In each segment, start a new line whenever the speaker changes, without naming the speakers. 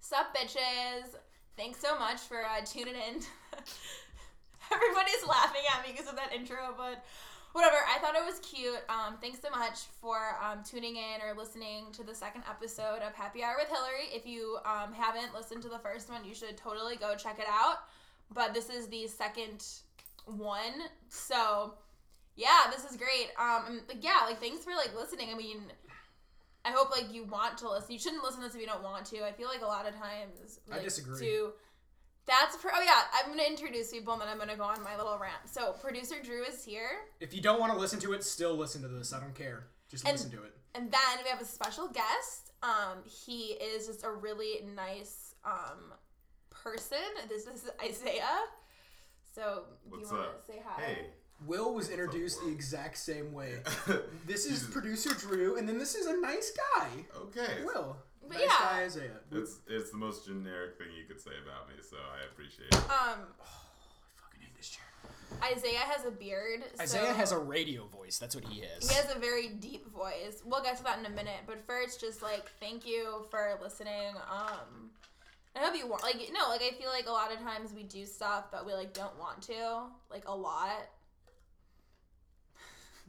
Sup, bitches? Thanks so much for uh, tuning in. Everybody's laughing at me because of that intro, but whatever. I thought it was cute. Um, thanks so much for um, tuning in or listening to the second episode of Happy Hour with Hillary. If you um, haven't listened to the first one, you should totally go check it out. But this is the second one, so yeah, this is great. Um, and, like, yeah, like thanks for like listening. I mean, I hope like you want to listen. You shouldn't listen to this if you don't want to. I feel like a lot of times
I
like,
disagree.
To, that's pro- oh yeah, I'm gonna introduce people and then I'm gonna go on my little rant. So producer Drew is here.
If you don't want to listen to it, still listen to this. I don't care. Just
And-
listen to it.
And then we have a special guest. Um, he is just a really nice um person. This is Isaiah. So
What's
you wanna
up?
say hi?
Hey.
Will was introduced the
Will?
exact same way. This is
Jesus.
producer Drew, and then this is a nice guy.
okay.
Will.
But
nice
yeah.
guy Isaiah.
It's it's the most generic thing you could say about me, so I appreciate it.
Um,
I fucking hate this chair.
Isaiah has a beard. so
Isaiah has a radio voice. That's what he is.
He has a very deep voice. We'll get to that in a minute, but first, just like thank you for listening. Um, I hope you want like no, like I feel like a lot of times we do stuff, but we like don't want to, like a lot.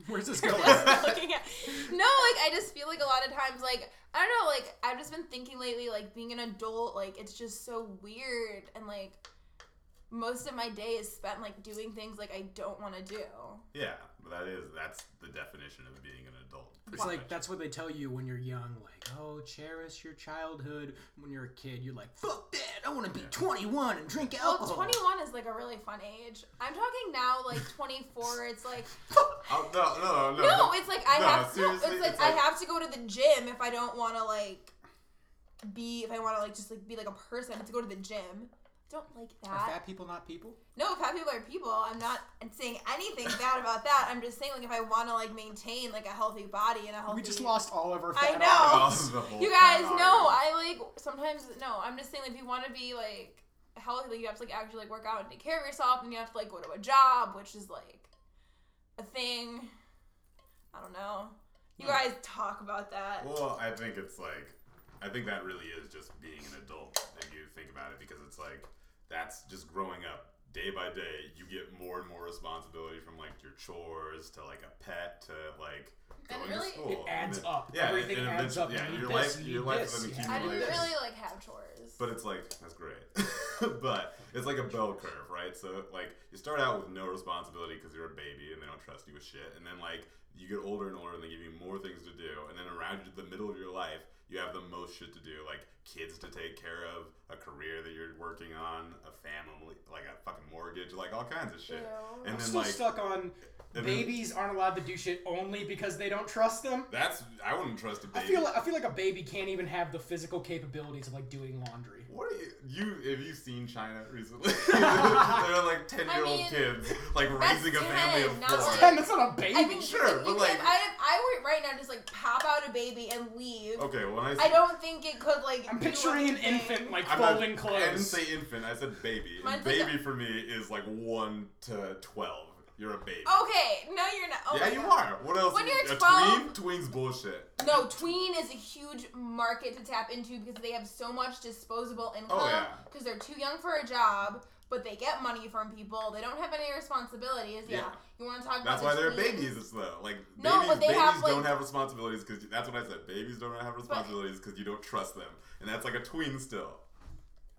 Where's this
Looking
going?
at- no, like I just feel like a lot of times, like I don't know, like I've just been thinking lately, like being an adult, like it's just so weird, and like most of my day is spent like doing things like I don't want to do.
Yeah, but that is that's the definition of being an adult.
It's like that's what they tell you when you're young, like, oh, cherish your childhood. When you're a kid, you're like, fuck that, I want to be 21 and drink alcohol.
Well, 21 is like a really fun age. I'm talking now, like 24. It's like
Oh, no, no, no,
no, it's like I
No,
have to. It's
seriously,
like,
it's
I
like-
have to go to the gym if I don't want to like be if I want to like just like be like a person. I have to go to the gym. Don't like
Are
that.
fat people not people?
No, fat people are people. I'm not saying anything bad about that. I'm just saying like if I want to like maintain like a healthy body and a healthy.
We just lost all of our
I
fat
know.
audience.
Oh, this is a whole
You guys
fat
know
argument.
I like sometimes no. I'm just saying like if you want to be like healthy, you have to like actually like work out and take care of yourself, and you have to like go to a job, which is like a thing. I don't know. You guys talk about that.
Well, I think it's like I think that really is just being an adult if you think about it because it's like that's just growing up day by day you get more and more responsibility from like your chores to like a pet to like
And
going
really-
to school.
It adds
And then-
up.
Yeah,
Everything
and
adds
eventually-
up. You
Yeah,
need
your
this,
life
you
your
need
life
this,
is an
you need
I didn't
accumulation.
really like have chores.
But it's like that's great. but it's like a bell curve, right? So like you start out with no responsibility because you're a baby and they don't trust you with shit, and then like you get older and older and they give you more things to do, and then around the middle of your life you have the most shit to do, like kids to take care of, a career that you're working on, a family, like a fucking mortgage, like all kinds of shit.
Ew.
And
I'm
then
still
like
stuck on
then-
babies aren't allowed to do shit only because they don't trust them.
that's I wouldn't trust a
I
baby.
feel like I feel like a baby can't even have the physical capabilities of like doing laundry.
What are you, you have you seen China recently? They're like ten year
mean,
old kids, like
that's
raising a family of
good, not
four.
like-
Damn, that's not a baby.
I think
sure,
like,
but,
you-
like-
if I if I were right now just like pop out a baby and leave,
Okay, when I,
I
say-
don't think it could like.
I'm
do
picturing an
anything.
infant like
I'm not-
folding
I didn't
clothes.
say infant. I said baby. And
Mine's like
baby for me is like one to twelve. You're a baby.
Okay, no, you're not. Oh
yeah,
my
you
God.
are. What else?
When
is-
you're
a
12
tween, tween's bullshit.
No, tween is a huge market to tap into because they have so much disposable income
Oh, yeah.
because they're too young for a job, but they get money from people. They don't have any responsibilities. Yeah.
Yeah.
You want to talk about
That's why
the
they're
tweens?
babies, it's though. Like
No,
babies,
but they
babies
have,
don't
like-
have responsibilities because that's what I said. Babies don't have responsibilities because you don't trust them, and that's like a tween still.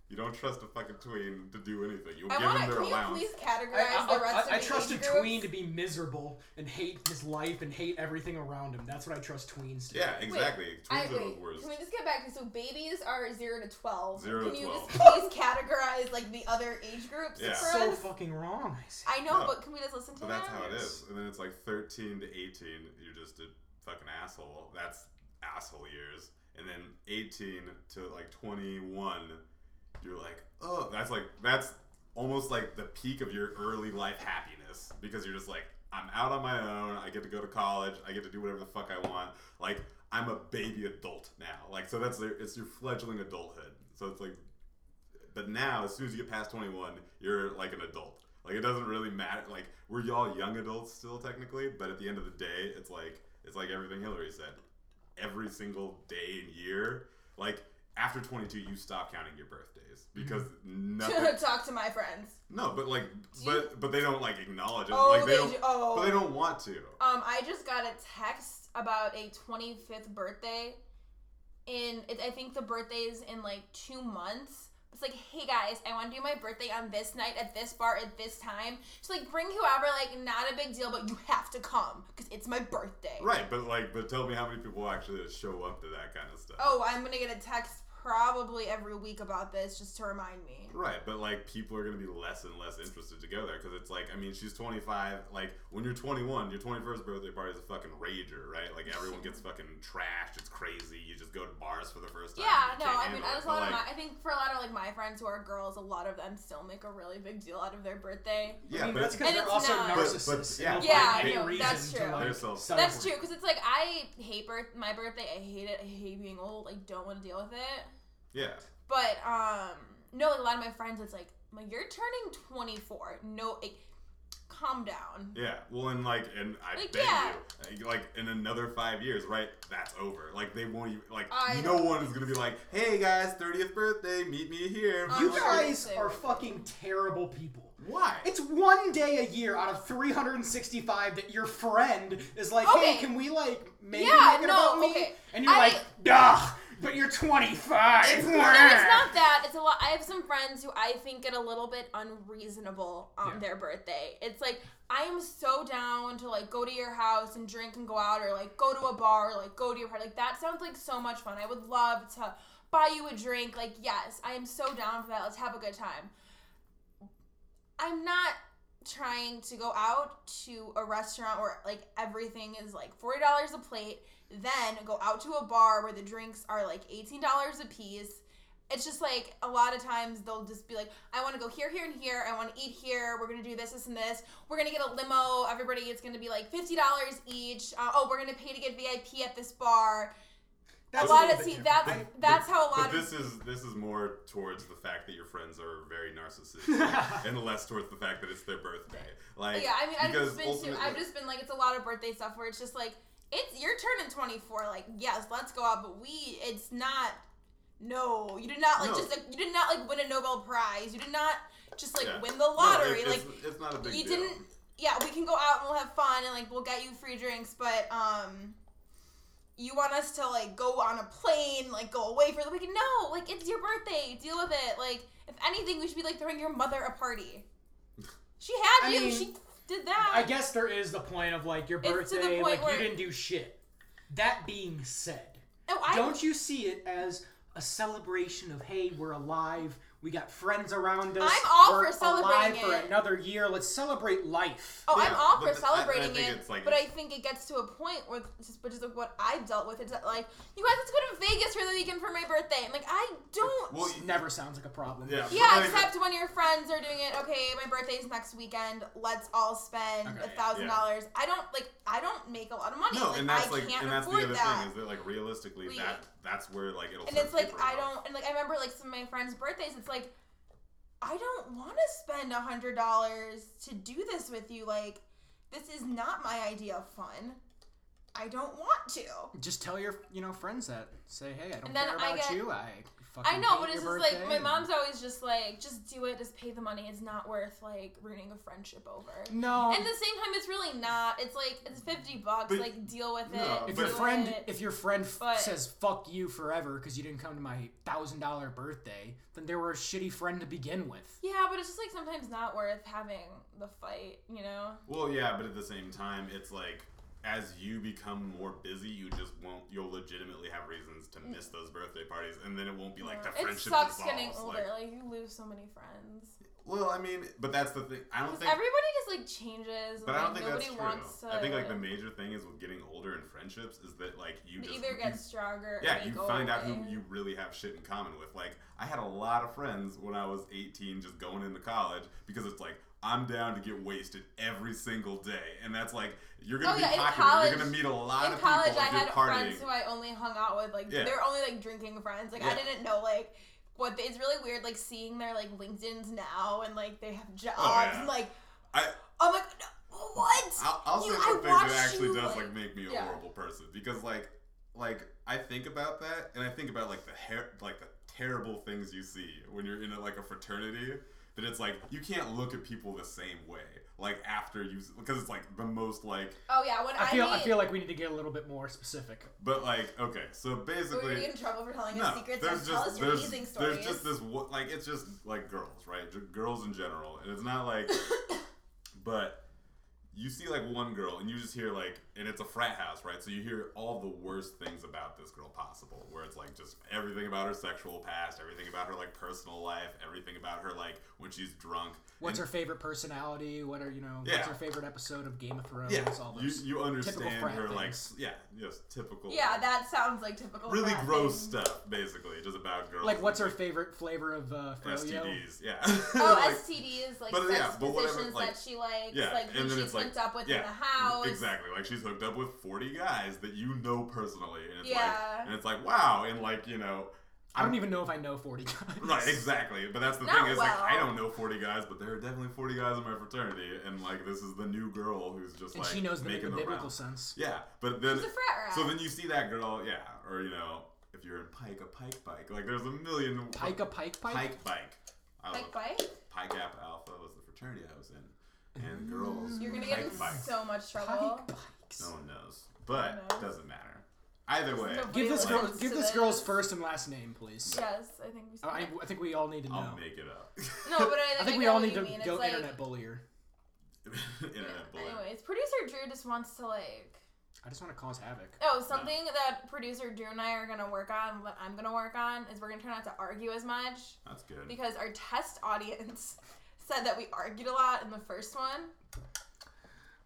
You don't trust a fucking tween to do anything. You'll
I
give
want
them
to.
their
Can
allowance.
you please categorize
I,
the rest
I, I, I
of the
trust a
age groups?
tween to be miserable and hate his life and hate everything around him. That's what I trust tweens to. do.
yeah, exactly.
I,
Tweens are the
wait,
worst.
can we just get back to so babies are zero to twelve?
Zero to
can you
12.
just please categorize like the other age groups
Yeah.
for
So
us?
fucking wrong. I see.
I know,
No.
but can we just listen to
But
that?
that's how it is. And then it's like 13 to 18, you're just a fucking asshole. That's asshole years. And then 18 to like 21, you're like, oh, that's like, that's almost like the peak of your early life happiness because you're just like, I'm out on my own. I get to go to college. I get to do whatever the fuck I want. Like, I'm a baby adult now. Like, so that's the- it's your fledgling adulthood. So it's like but now, as soon as you get past 21, you're like an adult. Like it doesn't really matter. Like we're all young adults still technically, but at the end of the day, it's like it's like everything Hillary said. Every single day and year, like after 22, you stop counting your birthdays because nothing.
Talk to my friends.
No, but like,
Do
but but they don't like acknowledge it.
Oh,
like
they,
they, don't.
do- oh.
But they don't want to.
Um, I just got a text about a 25th birthday, and it, I think the birthday is in like two months. It's like, hey guys, I want to do my birthday on this night at this bar at this time. Just like bring whoever, like not a big deal, but you have to come because it's my birthday.
Right, but like, but tell me how many people actually show up to that kind of stuff.
Oh, I'm gonna get a text probably every week about this just to remind me.
Right, but like people are gonna be less and less interested to go there because it's like I mean she's 25. Like when you're 21, your 21st birthday party is a fucking rager, right? Like everyone gets fucking trashed. It's crazy. You just go to bars for the first time.
Yeah,
you
no,
can't
I mean,
handle it.
there's a
But,
lot of
like,
my, I think for a lot of like my friends who are girls, a lot of them still make a really big deal out of their birthday.
Yeah,
I mean,
but
that's because
And
they're
it's
also
not- But-
but,
narcissists.
yeah.
and
Yeah,
they
I
have
know,
any
that's
reason
true.
To, like,
They're self-
celebrate.
That's true because it's like I hate birth my birthday. I hate it. I hate being old. I don't want to deal with it.
yeah,
But um, no, like a lot of my friends, it's like, like you're turning 24. No, like, calm down.
yeah. Well, and like, and I
Like,
bet
yeah.
you, like, in another five years, right? That's over. Like they won't even like
I
no
know.
one is gonna be like, hey guys, 30th birthday, meet me here.
I
You
don't
guys
think they
are
would.
fucking terrible people.
Why?
It's one day a year out of 365 that your friend is like,
Okay.
"Hey, can we like maybe
Yeah,
make it
no,
about me?"
okay.
And you're
I-
like, "Duh, but you're 25."
It's
No, it's not that. It's a lot. I have some friends who I think get a little bit unreasonable on
Yeah.
their birthday. It's like I am so down to like go to your house and drink and go out, or like go to a bar, or like go to your party. Like that sounds like so much fun. I would love to buy you a drink. Like yes, I am so down for that. Let's have a good time. I'm not trying to go out to a restaurant where like everything is like forty dollars a plate, then go out to a bar where the drinks are like eighteen dollars a piece. It's just like a lot of times they'll just be like, I want to go here, here, and here. I want to eat here. We're gonna do this, this, and this. We're gonna get a limo. Everybody, it's gonna be like fifty dollars each. Uh, oh, we're gonna pay to get VIP at this bar.
That's
a lot
little
of
bit
see,
different.
that's
I-
that's how a
But
lot of
this is this is more towards the fact that your friends are very narcissistic, and less towards the fact that it's their birthday. Like,
yeah, I mean, I've
because
just been too,
ultimately-
I've just been like, it's a lot of birthday stuff where it's just like, it's you're turning 24, like yes, let's go out, but we, it's not. No, you did not like
No.
just like, you did not like win a Nobel Prize. You did not just like
Yeah.
win the
No,
lottery.
it-
like
it's, it's not a big
you
deal.
didn't. Yeah, we can go out and we'll have fun and like we'll get you free drinks, but um. You want us to like go on a plane, like go away for the weekend? No, like it's your birthday. Deal with it. Like if anything, we should be like throwing your mother a party. She had
I
you.
mean,
she did that.
I guess there is the point of like your
It's to the
birthday,
point
like
where-
you didn't do shit. That being said,
No, I
don't you see it as a celebration of hey, we're alive, we got friends around us,
I'm all for
we're
celebrating
alive for
it.
another year. Let's celebrate life.
Oh, I'm
Yeah,
all for
but th- I- I
celebrating
think
it,
it's like-
but I think it gets to a point where, it's just, which is like what I've dealt with, is that like, you guys, let's go to Vegas for the weekend for my birthday. I'm like, I don't.
Well, you-
Never sounds like a problem.
yeah, but
yeah,
like-
except when your friends are doing it. Okay, my birthday's next weekend. Let's all spend
Okay,
a thousand
yeah.
dollars. I don't like. I don't make a lot of money.
no,
like,
and that's
I
like,
can't
and that's the
afford
other
that.
thing is that like realistically,
We-
that that's where like it'll.
and
start
it's like
tapering
I
off.
don't and like I remember like some of my friends' birthdays. It's like I don't want to spend a hundred dollars to do this with you. Like this is not my idea of fun. I don't want to.
Just tell your you know friends that. Say, hey, I don't
And then
care
I
about
get-
you. I fucking
I know,
hate
but it's
your
just like
birthday
my
and-
mom's always just like, just do it, just pay the money. It's not worth like ruining a friendship over.
No.
And at the same time, it's really not. It's like it's fifty bucks.
But-
like deal with
no,
it.
if
but-
your
deal
friend,
with it.
if your friend f-
But-
says "fuck you" forever because you didn't come to my thousand dollar birthday, then they were a shitty friend to begin with.
yeah, but it's just like sometimes not worth having the fight. You know.
Well, yeah, but at the same time, it's like as you become more busy, you just won't. You'll legitimately have reasons to miss those birthday parties, and then it won't be like the
it
friendship
sucks
dissolves,
getting older.
like-
Like, you lose so many friends.
well, I mean, but that's the thing. I don't
Because
think.
everybody just like changes. and,
But I
like,
don't think
nobody
that's
wants
true.
to.
I think like the major thing is with getting older in friendships is that like you
you
just
either
you-
get stronger. Or
yeah
they
you
go
find out who
away.
you really have shit in common with. Like I had a lot of friends when I was 18, just going into college because it's like I'm down to get wasted every single day, and that's like you're gonna
Oh,
be
yeah, in
popular.
college-
you're gonna meet a lot
In
of
college,
people.
I
if you're
had
partying.
friends who I only hung out with. Like
Yeah.
they were only like drinking friends. Like I
Yeah.
didn't know like what. They, it's really weird like seeing their like LinkedIn's now and like they have jobs
Oh, yeah.
and like
I-
I'm like no, what?
I'll, I'll
You-
say
I
something
watched
that actually
you,
does
like-
like make me a
yeah.
horrible person because like like I think about that, and I think about like the hair, like the terrible things you see when you're in a, like a fraternity. That it's like you can't look at people the same way. Like after you, because it's like the most like.
Oh yeah, when I,
I feel
meet,
I feel like we need to get a little bit more specific.
But like okay, so
we're gonna
basically.
get in trouble for telling
No,
us secrets.
there's
Just, tell us
just
your
there's,
amazing stories.
there's just this wo- like it's just like girls, right? J- girls in general, and it's not like, but you see like one girl, and you just hear like, and it's a frat house, right? So you hear all the worst things about this girl possible, where it's like just everything about her sexual past, everything about her like personal life, everything about her like when she's drunk.
What's
and,
her favorite personality? What are you know?
Yeah.
What's her favorite episode of Game of Thrones?
Yeah,
All
you,
those.
you understand
frat
her like s-
things.
yeah, just typical.
yeah, that sounds like typical.
really
frat
gross
thing.
stuff, basically, just about girls.
like what's her
and,
favorite flavor of uh,
like,
froyo?
STDs? Yeah.
Oh,
Like,
STDs, like
but,
sex
yeah, but whatever,
positions
like-
that she likes,
Yeah,
like
and
who
then
she's
it's like-
hooked up with in
yeah,
the house.
Exactly. Like she's hooked up with 40 guys that you know personally. And it's
Yeah.
like and it's like, wow, and like, you know
I don't even know if I know forty guys.
Right, exactly. But that's the
Not
thing, is
well.
like I don't know 40 guys, but there are definitely 40 guys in my fraternity, and like this is the new girl who's just
And
like
she knows them in the
making
biblical
rounds.
sense.
Yeah. But then
She's a frat rat.
So then you see that girl, yeah, or you know, if you're in Pike, a Pike bike. Like there's a million
Pike a pike pike.
Pike bike. I was-
like bike.
Pi Kappa Alpha was the fraternity I was in.
Mm.
And girls.
You're
were
gonna get
Pike
in
bikes.
so much trouble.
Pike bikes.
No one knows. But
knows?
doesn't matter. Either way,
Nobody
Give this
listens
girl
to
give this girl's first and last name, please.
Yes, I think we. Said
Oh, I,
that.
I think we all need to know.
I'll make it up.
No, but I,
I think
I
we
know
all
what
need
you
to
mean.
go
it's like,
internet bullier.
Internet bully.
Anyways, producer Drew just wants to like.
I just want to cause havoc.
Oh, something that producer Drew and I are gonna work on, what I'm gonna work on, is we're gonna try not to argue as much
That's good.
because our test audience said that we argued a lot in the first one.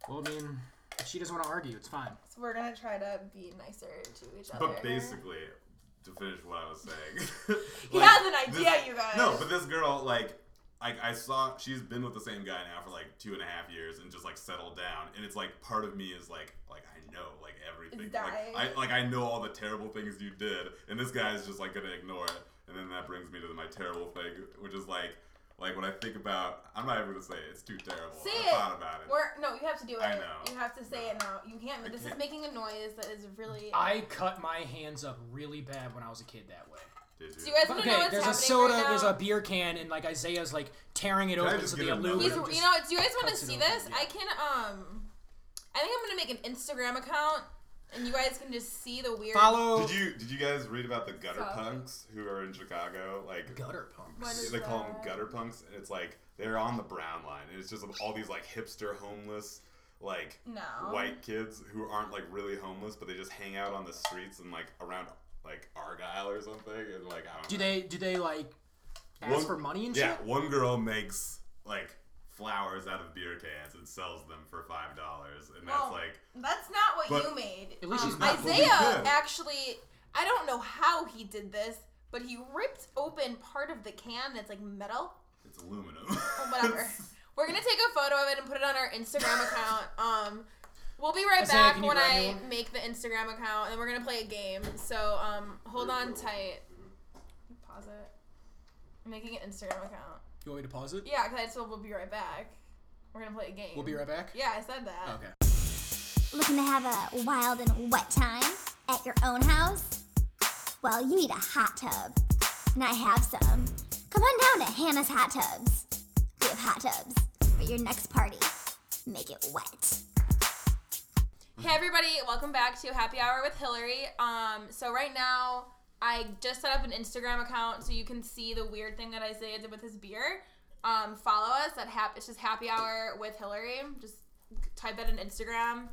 Well, I mean, if she doesn't want to argue, it's fine.
So we're gonna try to be nicer to each other.
but basically, to finish what I was saying.
he
like,
has an idea,
this-
you guys.
No, but this girl, like, like I saw, she's been with the same guy now for like two and a half years, and just like settled down. And it's like part of me is like, like I know, like everything,
dying.
like I, like I know all the terrible things you did, and this guy is just like gonna ignore it. And then that brings me to my terrible thing, which is like, like when I think about, I'm not even gonna say it. It's too terrible.
Say
I
it.
thought about it.
We're, no, you have to do it.
I know.
You have to say it now. You can't.
I
this is
can't.
making a noise that is really.
I cut my hands up really bad when I was a kid that way.
Did
Do you guys want to know
Okay,
what's
there's
happening
a soda,
right now?
there's a beer can, and like Isaiah's like tearing it
Can I
open
just
so
get
the
another
aluminum.
He's,
Would've
you
just-
know what? Do you guys want to
cuts it
see
open,
this?
yeah.
I can. Um, I think I'm gonna make an Instagram account, and you guys can just see the weird.
follow
Did you did you guys read about the gutter
Fuck.
punks who are in Chicago? Like
gutter
What
pumps.
is
they call them
that?
gutter punks, and it's like they're on the brown line, and it's just all these like hipster homeless like
No.
white kids who aren't like really homeless, but they just hang out on the streets and like around like Argyle or something, and like I don't
Do
know.
they do they like ask
One-
for money and
yeah,
shit?
one girl makes like flowers out of beer cans and sells them for five dollars, and that's
Well,
like
That's not what
But-
you made.
At least
Um,
he's not
what we
Isaiah
did.
actually. I don't know how he did this, but he ripped open part of the can that's like metal.
it's aluminum.
Whatever. We're gonna take a photo of it and put it on our Instagram account. Um, we'll be right
Isaiah,
back
can you
when
grab
I
me one?
make the Instagram account, and then we're gonna play a game. So um, hold on tight. Pause it. I'm making an Instagram account.
You want me to pause it?
Yeah, because I said we'll be right back. We're gonna play a game.
We'll be right back.
Yeah, I said that.
Okay.
Looking to have a wild and wet time at your own house? Well, you need a hot tub. And I have some. Come on down to Hannah's Hot Tubs. We have hot tubs for your next party. Make it wet.
Hey everybody, welcome back to Happy Hour with Hillary. Um, so right now I just set up an Instagram account so you can see the weird thing that Isaiah did with his beer. Um, follow us at hap- it's just Happy Hour with Hillary. Just type that in Instagram,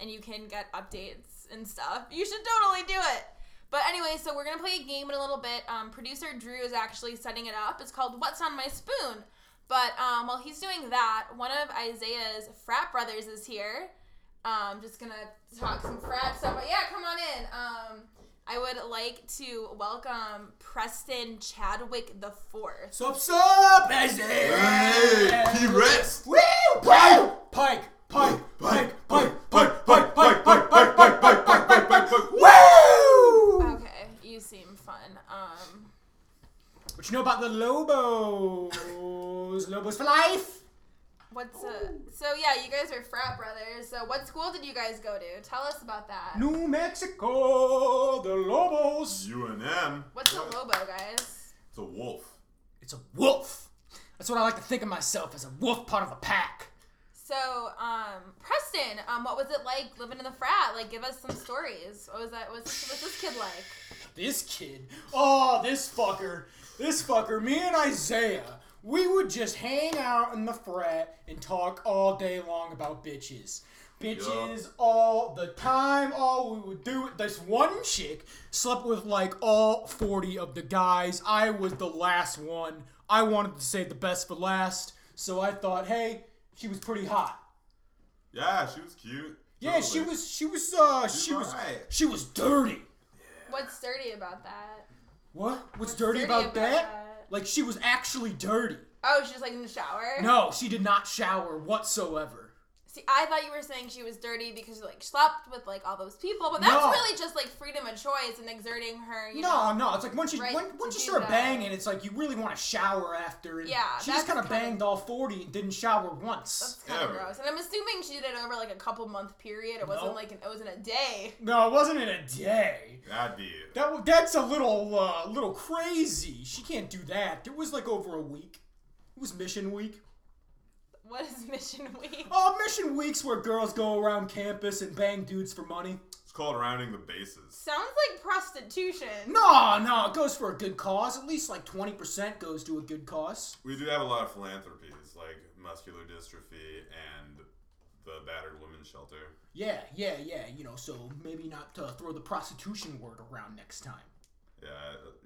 and you can get updates and stuff. You should totally do it. But anyway, so we're gonna play a game in a little bit. Um, producer Drew is actually setting it up. It's called What's on My Spoon. But um, while he's doing that, one of Isaiah's frat brothers is here. Um, just gonna talk some frat stuff. But yeah, come on in. Um, I would like to welcome Preston Chadwick the Fourth.
Sup sup,
hey, he rests.
Woo! Pike! Pike! Pike! Pike! Pike! Pike! Pike! Pike! Pike! Pike! Pike! Pike! Pike! Pike! Pike! Woo!
Okay, you seem fun. Um,
What you know about the Lobos? Lobos for life.
What's uh, so? Yeah, you guys are frat brothers. So what school did you guys go to? Tell us about that.
New Mexico, the Lobos.
UNM.
What's a lobo, guys?
It's a wolf.
It's a wolf. That's what I like to think of myself as a wolf part of the pack.
So, um, Preston, um, what was it like living in the frat? Like, give us some stories. What was that? What's, what's this kid like?
This kid, oh, this fucker, this fucker, me and Isaiah, we would just hang out in the frat and talk all day long about bitches. Bitches all the time. All we would do, this one chick slept with like all 40 of the guys. I was the last one. I wanted to save the best for last, so I thought, hey, she was pretty hot.
Yeah, she was cute.
Yeah, she
Totally.
was, she was, uh, she was,
alright.
she was dirty.
What's dirty about that?
What? What's, dirty,
dirty
about,
about
that?
that?
Like she was actually dirty.
Oh, she was like in the shower.
No, she did not shower whatsoever.
See, I thought you were saying she was dirty because she like slept with like all those people, but that's
No.
really just like freedom of choice and exerting her. You
No,
know,
no. It's like once you
right
when, once
to
you
do
start
that.
banging, it's like you really want to shower after. And
Yeah,
she just
that's
kind of
kinda-
banged all forty and didn't shower once.
That's kind of
Ever.
gross. And I'm assuming she did it over like a couple month period. It wasn't
Nope.
like an, it wasn't a day.
No, it wasn't in a day.
That'd be it.
That wa- that's a little uh, little crazy. She can't do that. It was like over a week. It was mission week.
What is mission week?
Oh, mission weeks where girls go around campus and bang dudes for money.
It's called rounding the bases.
Sounds like prostitution.
No, no, it goes for a good cause. At least like twenty percent goes to a good cause.
We do have a lot of philanthropies, like muscular dystrophy and the battered women's shelter.
Yeah, yeah, yeah. You know, so maybe not to throw the prostitution word around next time.
Yeah,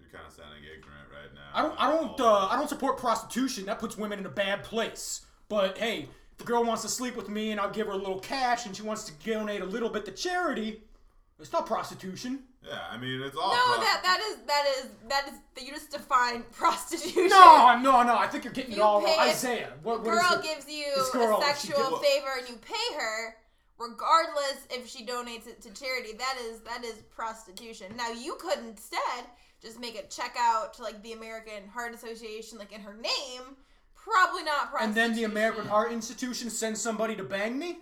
you're kind of sounding ignorant right now.
I don't, I don't, uh, I don't support prostitution. That puts women in a bad place. But hey, if the girl wants to sleep with me, and I'll give her a little cash, and she wants to donate a little bit to charity. It's not prostitution.
Yeah, I mean it's all.
No,
prostitution.
that that is that is that is that you just define prostitution.
No, no, no. I think you're getting
You
it all wrong.
pay if
Isaiah, what, what is
Girl
it?
gives you
This girl,
a
she
sexual
did-
favor and you pay her, regardless if she donates it to charity. That is that is prostitution. Now you could instead just make a check out to like the American Heart Association, like in her name. Probably not prostitution.
and then the American Heart Institution sends somebody to bang me.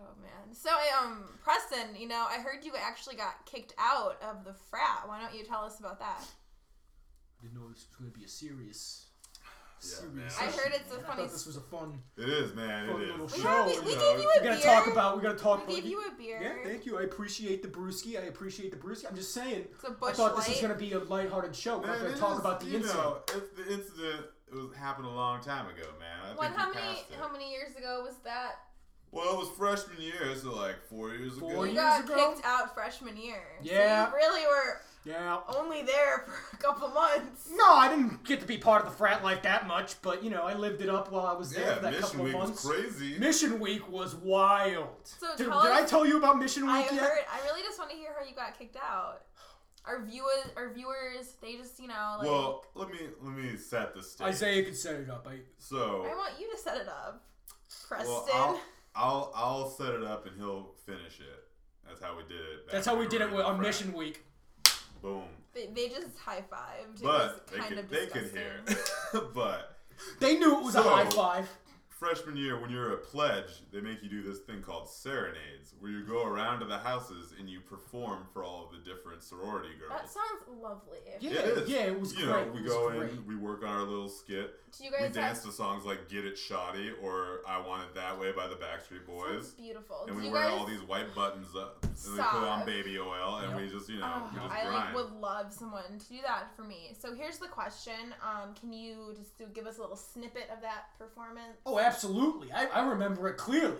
Oh man. So um Preston, you know, I heard you actually got kicked out of the frat. Why don't you tell us about that?
I didn't know this was going to be a serious. serious
man.
I
session,
heard it's a
man. I
funny
thought this was a fun.
It is, man.
Fucking
It
little
is.
We,
shit.
have, we,
Show,
we
you know,
gave you a
We gotta
beer.
talk about. We gotta talk.
We gave you a beer.
Yeah, thank you. I appreciate the brewski. I appreciate the brewski. I'm just saying.
a
I
Busch
thought this
Light.
was gonna be a lighthearted show. We're
Man,
not gonna
it
talk
is,
about the
you
incident.
Know, it's the incident. It was happened a long time ago, man. I think
When,
we
how many
passed it.
how many years ago was that?
Well, it was freshman year, so like four years ago.
Four
You
years
got
ago?
kicked out freshman year. So
Yeah.
you really were
Yeah.
only there for a couple months.
No, I didn't get to be part of the frat life that much, but you know, I lived it up while I was there
Yeah,
for that
mission
couple of
week
months.
was crazy.
Mission week was wild.
So
Dude, did
tell us-
I tell you about mission
I
week yet?
heard. I really just want to hear how you got kicked out. Our viewers, our viewers, they just you know like.
well, let me let me set the stage.
Isaiah could set it up. I,
so
I want you to set it up, Preston.
well, I'll, I'll I'll set it up and he'll finish it. That's how we did it. back
that's how we
when
did
were
it
in
with-
the
on
frat.
mission week.
Boom.
they, they just high fived.
But
it
they
was kind
could
of
they could
disgusting.
hear. but
They knew it was a
So-
high five.
freshman year, when you're a pledge, they make you do this thing called serenades, where you go around to the houses and you perform for all of the different sorority
That
girls.
sounds lovely.
Yeah,
it is.
yeah, it was
You
great.
know, we
it was
go
great.
in, we work on our little skit.
Do you
We
guys
dance
have?
to songs like "Get It Shoddy" or "I Want It That Way" by the Backstreet
Sounds
Boys,
beautiful.
and
Do
we
you
wear
guys?
all these white buttons up, and we put on
Stop.
baby oil, and we just, you know,
Oh,
we just
I like,
grind.
would love someone to do that for me. So here's the question: um, Can you just do, give us a little snippet of that performance?
Oh, absolutely. I, I remember it clearly.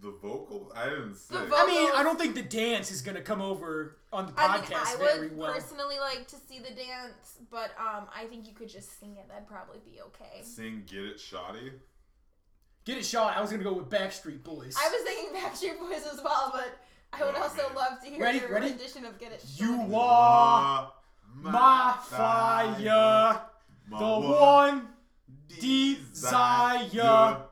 the vocal, I didn't say.
The
I mean,
Vocals.
I don't think the dance is going to come over on the
I mean, I
podcast very
would
well.
personally like to see the dance, but um, I think you could just sing it. That'd probably be okay.
Sing "Get It Shoddy."
Get it shot. I was going to go with Backstreet Boys.
I was thinking Backstreet Boys as well, but I would
Oh,
also
man.
love to hear
Ready,
your
ready?
rendition of "Get It."
You
Started.
are
My,
my fire,
my
the one desire.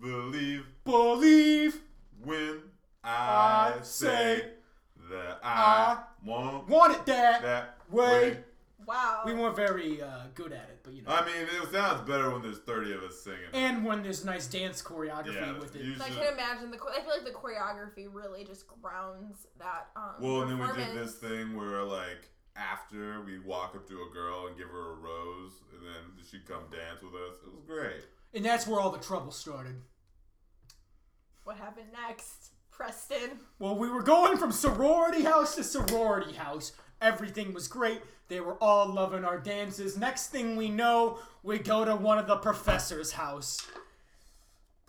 Believe
Believe
when I,
I
say
say
that I,
I
want
wanted that
that
way.
way.
Wow.
We weren't very uh, good at it, but you know.
I mean, it sounds better when there's 30 of us singing.
and when there's nice dance choreography
yeah,
with it.
you
So I
should-
can imagine the. chor- I feel like the choreography really just grounds that. Um,
Well, and then we did
performance.
this thing where, like, after we walk up to a girl and give her a rose, and then she'd come dance with us. It was great.
And that's where all the trouble started.
What happened next, Preston?
Well, we were going from sorority house to sorority house. Everything was great. They were all loving our dances. Next thing we know, we go to one of the professor's house.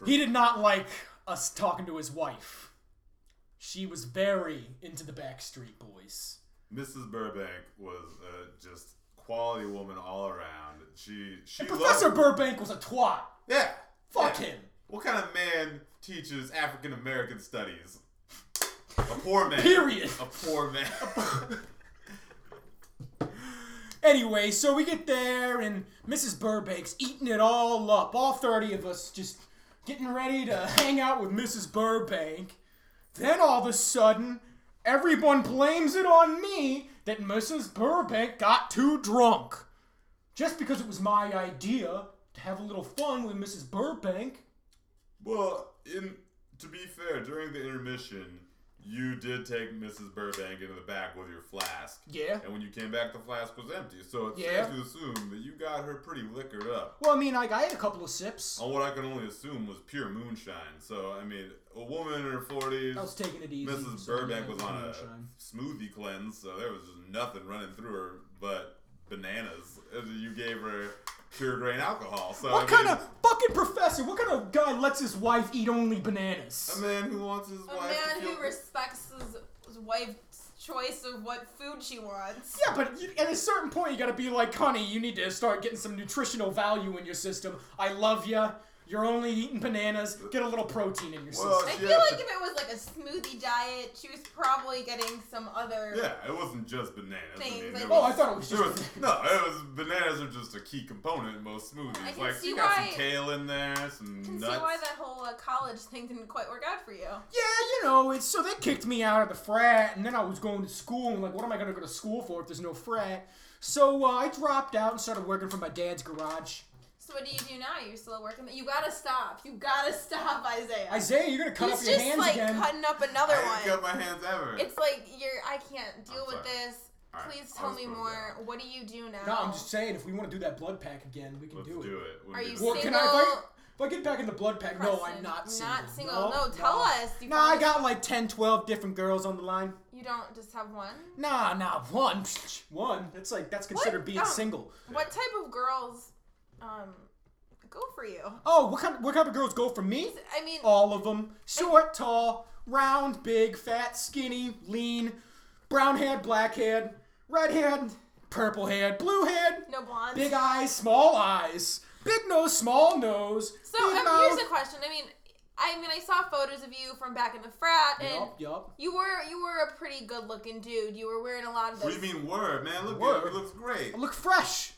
He did not like us talking to his wife. She was very into the Backstreet Boys.
Mrs. Burbank was uh, just quality woman all around. She she
Professor
loved-
Burbank was a twat.
yeah.
Fuck
Yeah.
him.
What kind of man teaches African American studies? A poor man.
Period.
A poor man.
Anyway, so we get there, and Mrs. Burbank's eating it all up. All 30 of us just getting ready to hang out with Mrs. Burbank. Then all of a sudden, everyone blames it on me that Mrs. Burbank got too drunk. Just because it was my idea to have a little fun with Mrs. Burbank.
well, in to be fair, during the intermission, you did take Mrs. Burbank into the back with your flask.
Yeah.
And when you came back, the flask was empty. So it's
Yeah.
safe to assume that you got her pretty liquored up
Well, I mean, like, I had a couple of sips.
on what I can only assume was pure moonshine. So I mean, a woman in her forties.
I was taking it easy.
Mrs.
so, yeah,
Burbank was on a
moonshine.
smoothie cleanse, so there was just nothing running through her but bananas. And You gave her pure grain alcohol. So
What
I
kind
mean,
of fucking professor? What kind of guy lets his wife eat only bananas?
a man who wants his
A
wife to
man
feel
who respects his, his wife's choice of what food she wants.
yeah, but you, at a certain point, you gotta be like, honey, you need to start getting some nutritional value in your system. I love you. You're only eating bananas. Get a little protein in your
Well,
I
system.
feel
Yeah.
like if it was like a smoothie diet, she was probably getting some other.
yeah, it wasn't just bananas.
Things
I mean,
like-
there
Oh, I
was-
thought it was
there
just.
was, no, it was bananas are just a key component in most smoothies.
I can
like
see
you got
why-
some kale in there, some
I can
nuts.
see why that whole uh, college thing didn't quite work out for you.
Yeah, you know, it's so they kicked me out of the frat, and then I was going to school, and like, what am I gonna go to school for if there's no frat? So uh, I dropped out and started working for my dad's garage.
So what do you do now? You're still working. You gotta stop. You gotta stop, Isaiah.
Isaiah, you're gonna cut
He's
off your
just
hands
like
again.
cutting up another
I
one.
didn't cut my hands ever.
It's like you're. I can't deal
I'm
with
sorry.
this.
All right,
Please
I'll
tell
just
me
put it
more. What do you do now?
No, I'm just saying, if we want to do that blood pack again, we can
Let's
do it.
do it. When
Are
we
you
do
Well,
it.
sick?
can I? If I,
Single-
if I get back in the blood pack, no,
Preston,
I'm not single.
Not single. No, tell us. You
Nah, I
probably-
got like 10, 12 different girls on the line.
You don't just have one.
Nah, nah, one, one. That's like that's considered being
Um,
single.
What type of girls, um, go for you?
Oh, what kind? What kind of girls go for me?
I mean,
All of them. Short, tall, round, big, fat, skinny, lean, brown head, black head, red head, purple head, blue head,
no blondes.
big eyes, small eyes, big nose, small nose,
so
big
um,
mouth.
here's a question. I mean, I mean, I saw photos of you from back in the frat, and
Yup, yup.
you were you were a pretty good looking dude. You were wearing a lot of
What
those.
do you mean word, man? Look
Word.
at it. It looks great.
I look fresh.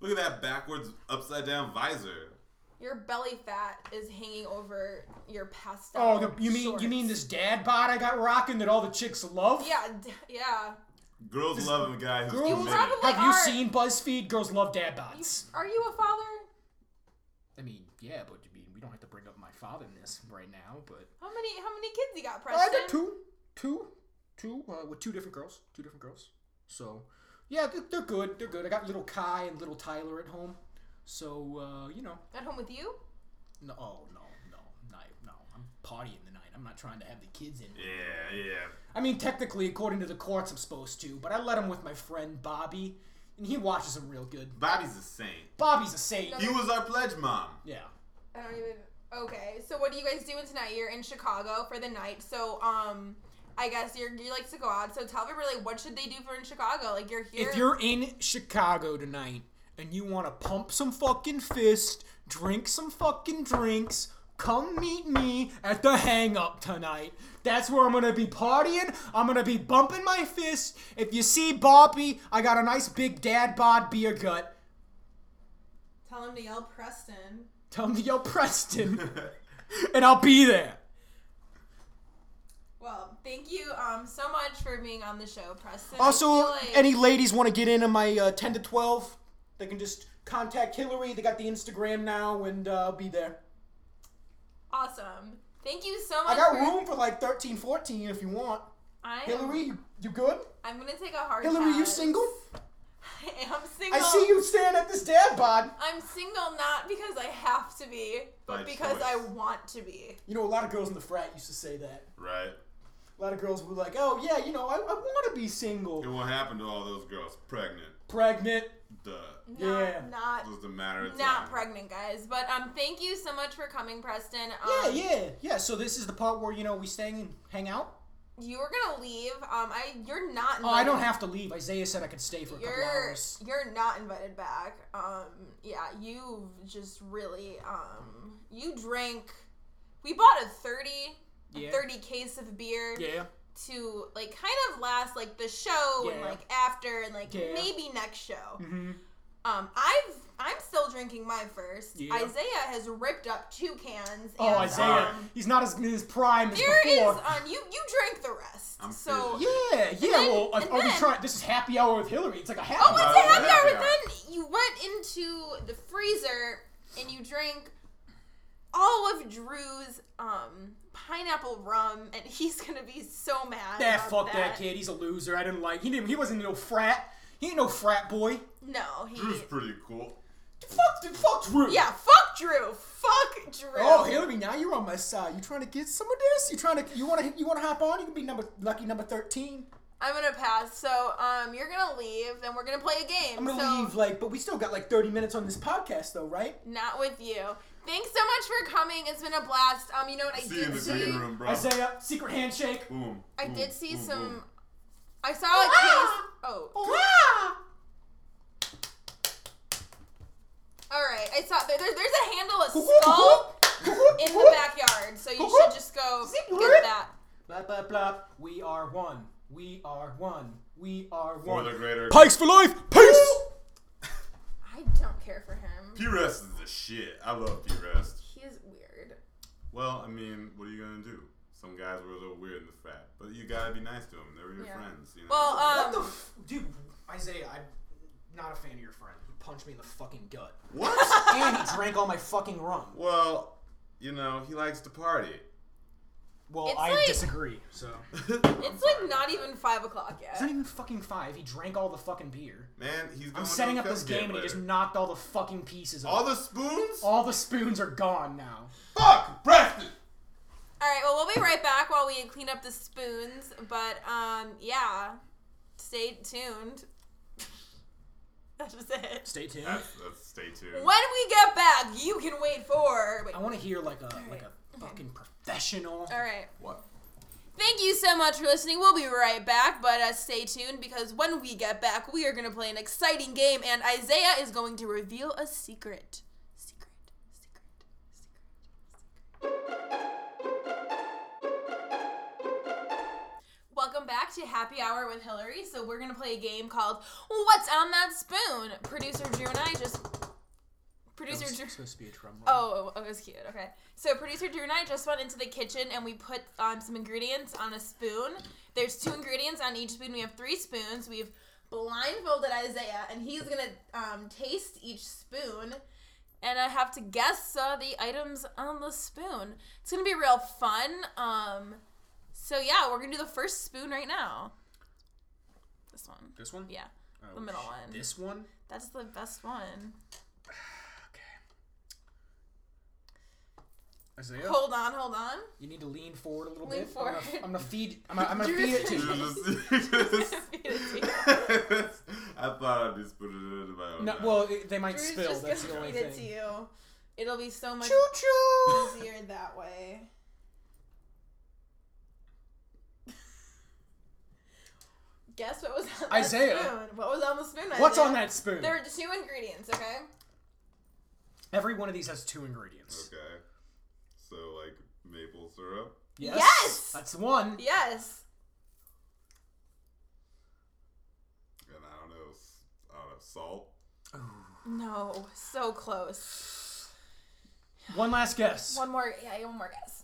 Look at that backwards, upside down visor.
Your belly fat is hanging over your pastel.
Oh, the, you mean you mean
shorts.
this dad bod I got rocking that all the chicks love?
Yeah, d- yeah.
Girls love a guy who's
Girls
committed.
probably-
Have you
are-
seen BuzzFeed? Girls love dad bods.
Are you a father?
I mean, yeah, but I mean, we don't have to bring up my fatherness right now. But
How many how many kids you got, Preston?
I got two, two, two uh, with two different girls, two different girls. So yeah, they're, they're good. They're good. I got little Kai and little Tyler at home. So uh, you know,
At home with you?
no, oh, no, no, no, no. I'm partying the night. I'm not trying to have the kids in.
Yeah, yeah.
I mean, technically, according to the courts, I'm supposed to, but I let him with my friend Bobby, and he watches him real good.
Bobby's a saint.
Bobby's a saint.
He was our pledge mom.
Yeah.
I don't even. Okay, so what are you guys doing tonight? You're in Chicago for the night, so um, I guess you're you like to go out. So tell everybody like, what should they do for in Chicago? Like you're here.
If you're in Chicago tonight and you want to pump some fucking fist, drink some fucking drinks, come meet me at the hang up tonight. That's where I'm going to be partying. I'm going to be bumping my fist. If you see Bobby, I got a nice big dad bod beer gut.
tell them to yell Preston.
Tell him to yell Preston, and I'll be there.
Well, thank you um, so much for being on the show, Preston. I
Also,
feel like-
any ladies want to get in on my uh, 10 to 12, they can just contact Hillary. They got the Instagram now, and uh, I'll be there.
awesome. Thank you so much.
I got
for,
room for like 13, 14 if you want.
I am,
Hillary, you, you good?
I'm gonna take a hard.
Hillary, you
pass.
single?
I'm single.
I see you staring at this dad bod.
I'm single not because I have to be, but
By
because
choice.
I want to be.
You know, a lot of girls in the frat used to say that.
Right.
A lot of girls were like, oh, yeah, you know, I, I want to be single.
And what happened to all those girls? Pregnant.
Pregnant.
Duh.
Not,
Yeah.
Not.
Just a matter of
Not
time.
pregnant, guys. But um, thank you so much for coming, Preston.
Yeah,
Um,
yeah, yeah. So this is the part where, you know, we staying and hang out.
You were gonna leave. Um, I you're not.
Oh, I don't
invited-
have to leave. Isaiah said I could stay for a couple
You're
hours.
you're not invited back. Um, yeah, you just really um, you drank. We bought a thirty. a
Yeah.
30 case of beer
Yeah.
to like kind of last like the show and
Yeah.
like after and like
Yeah.
maybe next show.
Mm-hmm.
Um, I've I'm still drinking my first.
Yeah.
Isaiah has ripped up two cans.
Oh,
and,
Isaiah,
um,
he's not as in his prime as
there is
before.
um, you you drank the rest.
I'm
so
finished.
yeah, yeah.
then-
well, are,
and
are we
then-
trying? This is happy hour with Hillary. It's like a happy.
Oh,
hour.
it's a
Oh,
happy hour.
yeah.
But then you went into the freezer and you drank all of Drew's um, pineapple rum, and he's gonna be so mad.
Nah,
about
fuck that. kid. He's a loser. I didn't like. He didn't. He wasn't no frat. He ain't no frat boy.
No, he.
Drew's pretty cool.
Fuck, dude, fuck Drew.
Yeah, fuck Drew. Fuck Drew.
Oh, Hillary, now you're on my side. You trying to get some of this? You trying to? You want to? You want to hop on? You can be number lucky number thirteen.
I'm gonna pass. So, um, you're gonna leave, and we're gonna play a game.
I'm gonna
so,
leave like, but we still got like 30 minutes on this podcast though, right?
Not with you. Thanks so much for coming. It's been a blast. Um, you know what I
See you
did
in the
see?
green room, Mm, bro.
Isaiah, secret handshake.
Boom.
I
boom,
did see
boom,
some.
boom.
I saw a case. Oh. All right, I saw there, there- there's a handle of skull in the backyard, so you should just go get that.
Blah blah blah. We are one. We are one. We are
For
one.
the greater.
Pikes for life. Peace.
I don't care for him.
P-Rest is the shit. I love P-Rest.
He is weird.
Well, I mean, what are you gonna do? Some guys were a little weird in the frat, but you gotta be nice to them. They were your
Yeah.
friends, you know.
Well,
What the
um,
f- dude, Isaiah, I'm not a fan of your friend. He punched me in the fucking gut,
what?
and he drank all my fucking rum.
well, you know, he likes to party.
Well,
It's
I
like-
disagree. So it's
it's like not even five o'clock
not
yet.
even fucking five. He drank all the fucking beer.
Man, he's going
I'm
to
setting
a
up
Cubs
this game, and he
later.
just Oh. knocked all the fucking pieces.
all
off.
the spoons.
all the spoons are gone now.
Fuck, Preston.
All right, well we'll be right back while we clean up the spoons, but um, yeah, stay tuned. That's just it.
Stay tuned.
That's, that's stay tuned.
When we get back, you can wait for. Wait.
I want to hear like a like a fucking professional.
All right.
What?
Thank you so much for listening. We'll be right back, but uh, stay tuned because when we get back, we are going to play an exciting game, and Isaiah is going to reveal a secret. Secret, secret, secret, secret. Welcome back to Happy Hour with Hillary. So we're going to play a game called What's on That Spoon? Producer Drew and I just. Producer
It's
Drew.
supposed to be a drum roll.
Oh, oh, it was cute. Okay. So producer Drew and I just went into the kitchen and we put um, some ingredients on a spoon. There's two ingredients on each spoon. We have three spoons. We've blindfolded Isaiah and he's gonna um, taste each spoon. And I have to guess uh, the items on the spoon. It's gonna be real fun. Um, so yeah, we're gonna do the first spoon right now. This one.
This one?
Yeah,
Oh,
the middle
shit.
one.
This one?
That's the best one.
Okay. Isaiah,
Hold on, hold on.
you need to lean forward a little
Lean
bit. I'm,
forward.
gonna, I'm gonna feed. I'm gonna, I'm gonna
Drew-
feed it to
You
you.
just- you just- I thought I'd be spooning it in my own.
No,
mouth.
well, it- they might
Drew's
spill.
just
That's the
gonna
only
feed
thing.
it to you. It'll be so much
Choo choo.
easier that way. Guess what was on the
Isaiah.
spoon? What was on the spoon? Isaiah?
What's on that spoon?
There were two ingredients. Okay.
Every one of these has two ingredients.
Okay. So like maple syrup.
Yes.
Yes!
That's one.
Yes.
and I don't know, s- I don't know salt.
No. So close.
One last guess.
One more. Yeah. One more guess.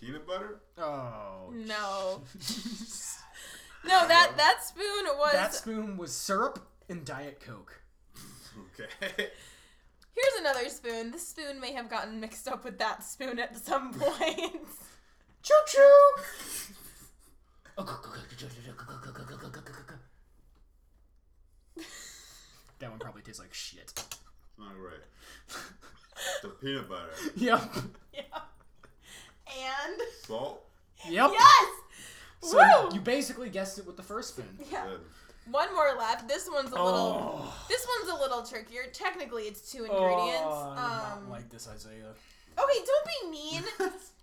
Peanut butter?
Oh.
No.
jeez.
No, that that spoon was.
that spoon was syrup and Diet Coke.
Okay.
Here's another spoon. This spoon may have gotten mixed up with that spoon at some point.
Choo choo.
That one probably tastes like shit.
All right. The peanut butter.
Yep.
yeah. And
Salt?
Yep.
yes,
So
Woo!
you basically guessed it with the first spoon.
yeah.
Good.
One more left. This one's a little.
Oh.
This one's a little trickier. Technically, it's two ingredients.
Oh, I do
um.
not like this, Isaiah.
Okay, don't be mean.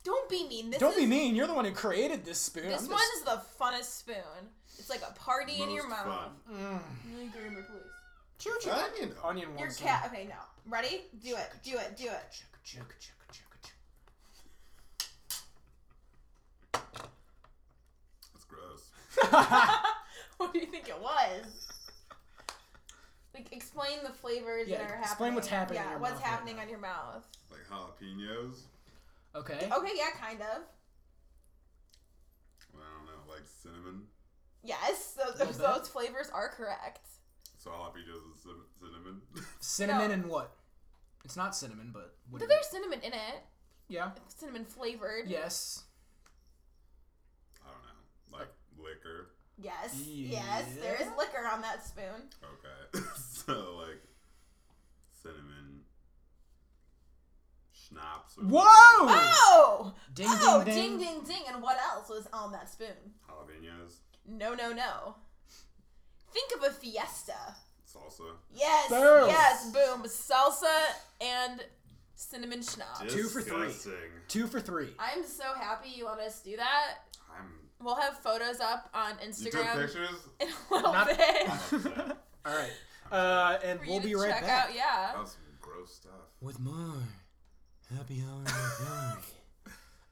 don't be mean. This
Don't
is,
be mean. You're the one who created this spoon.
This
I'm
one
just-
is the funnest spoon. It's like a party in your
Most
mouth.
fun.
Mm.
Really groom your police.
Choo choo.
Onion.
Onion
Your
one.
cat. Okay, now ready? Do it. Do it. Do it.
That's gross.
what do you think it was? Like, explain the flavors
Yeah,
that are happening.
explain what's happening in
Yeah,
your
what's
mouth right
happening
now.
on your mouth.
Like jalapenos.
Okay.
Okay, yeah, kind of.
I don't know. Like cinnamon.
Yes, those,
Little
those,
bit.
those flavors are correct.
So jalapenos and cin- cinnamon.
Cinnamon
No.
and what? It's not cinnamon, but
But
what do you-
there's cinnamon in it.
yeah.
Cinnamon flavored.
Yes.
I don't know. Like liquor.
Yes. Yes. There is
Yeah.
liquor on that spoon.
Okay. so like cinnamon. Schnapps. or
Whoa!
Oh!
Ding,
oh,
ding,
ding,
ding.
ding, ding. And what else was on that spoon?
something. Jalapenos.
No, no, no. Think of a fiesta.
Salsa.
Yes,
Boom.
yes, boom. Salsa and cinnamon schnapps.
Uh, Two for three.
Disgusting.
Two for three.
I'm so happy you let us do that.
I'm.
We'll have photos up on
You took
Instagram
pictures.
in a
Oh,
little
Not-
bit
I'm upset.
All right. Uh, and
for
we'll
you to
be right
check
back
out. Yeah.
That was some gross stuff.
with more happy hour.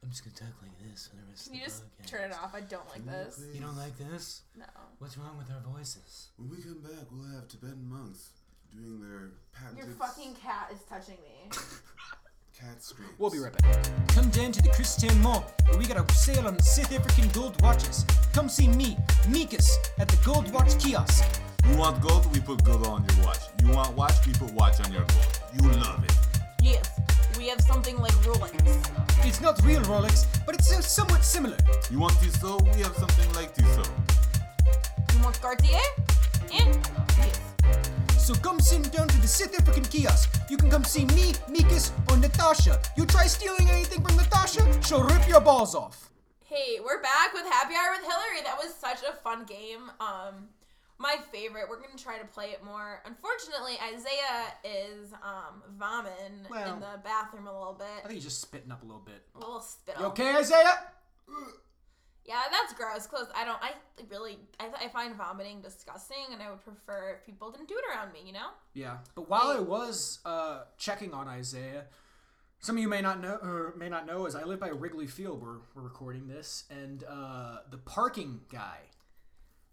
I'm just gonna talk like this for the rest
Can you just turn it off? I don't like this.
You don't like this?
No.
What's wrong with our voices?
When we come back, we'll have Tibetan monks doing their patented
Your fucking cat is touching me.
cat screams.
We'll be right back. Come down to the Christian Mall. where We got a sale on South African gold watches. Come see me, Mikas, at the gold watch kiosk.
You want gold? We put gold on your watch. You want watch? We put watch on your gold. You love it.
Yes, we have something like Rolex.
It's not real Rolex, but it's uh, somewhat similar.
You want Tissot? We have something like Tissot.
You want Cartier? And yes.
So come sit down to the South African kiosk. You can come see me, Mikas, or Natasha. You try stealing anything from Natasha, she'll rip your balls off.
Hey, we're back with Happy Hour with Hillary. That was such a fun game. Um, my favorite. We're gonna try to play it more. Unfortunately, Isaiah is um vomiting
Well.
in the bathroom a little
I
bit,
think he's just spitting up a little bit.
a little spittle.
You okay, Isaiah?
Yeah, that's gross. Close. I don't. I really. I, I find vomiting disgusting, and I would prefer if people didn't do it around me. You know.
Yeah. But while I was uh, checking on Isaiah, some of you may not know or may not know is I live by Wrigley Field. We're, we're recording this, and uh, the parking guy.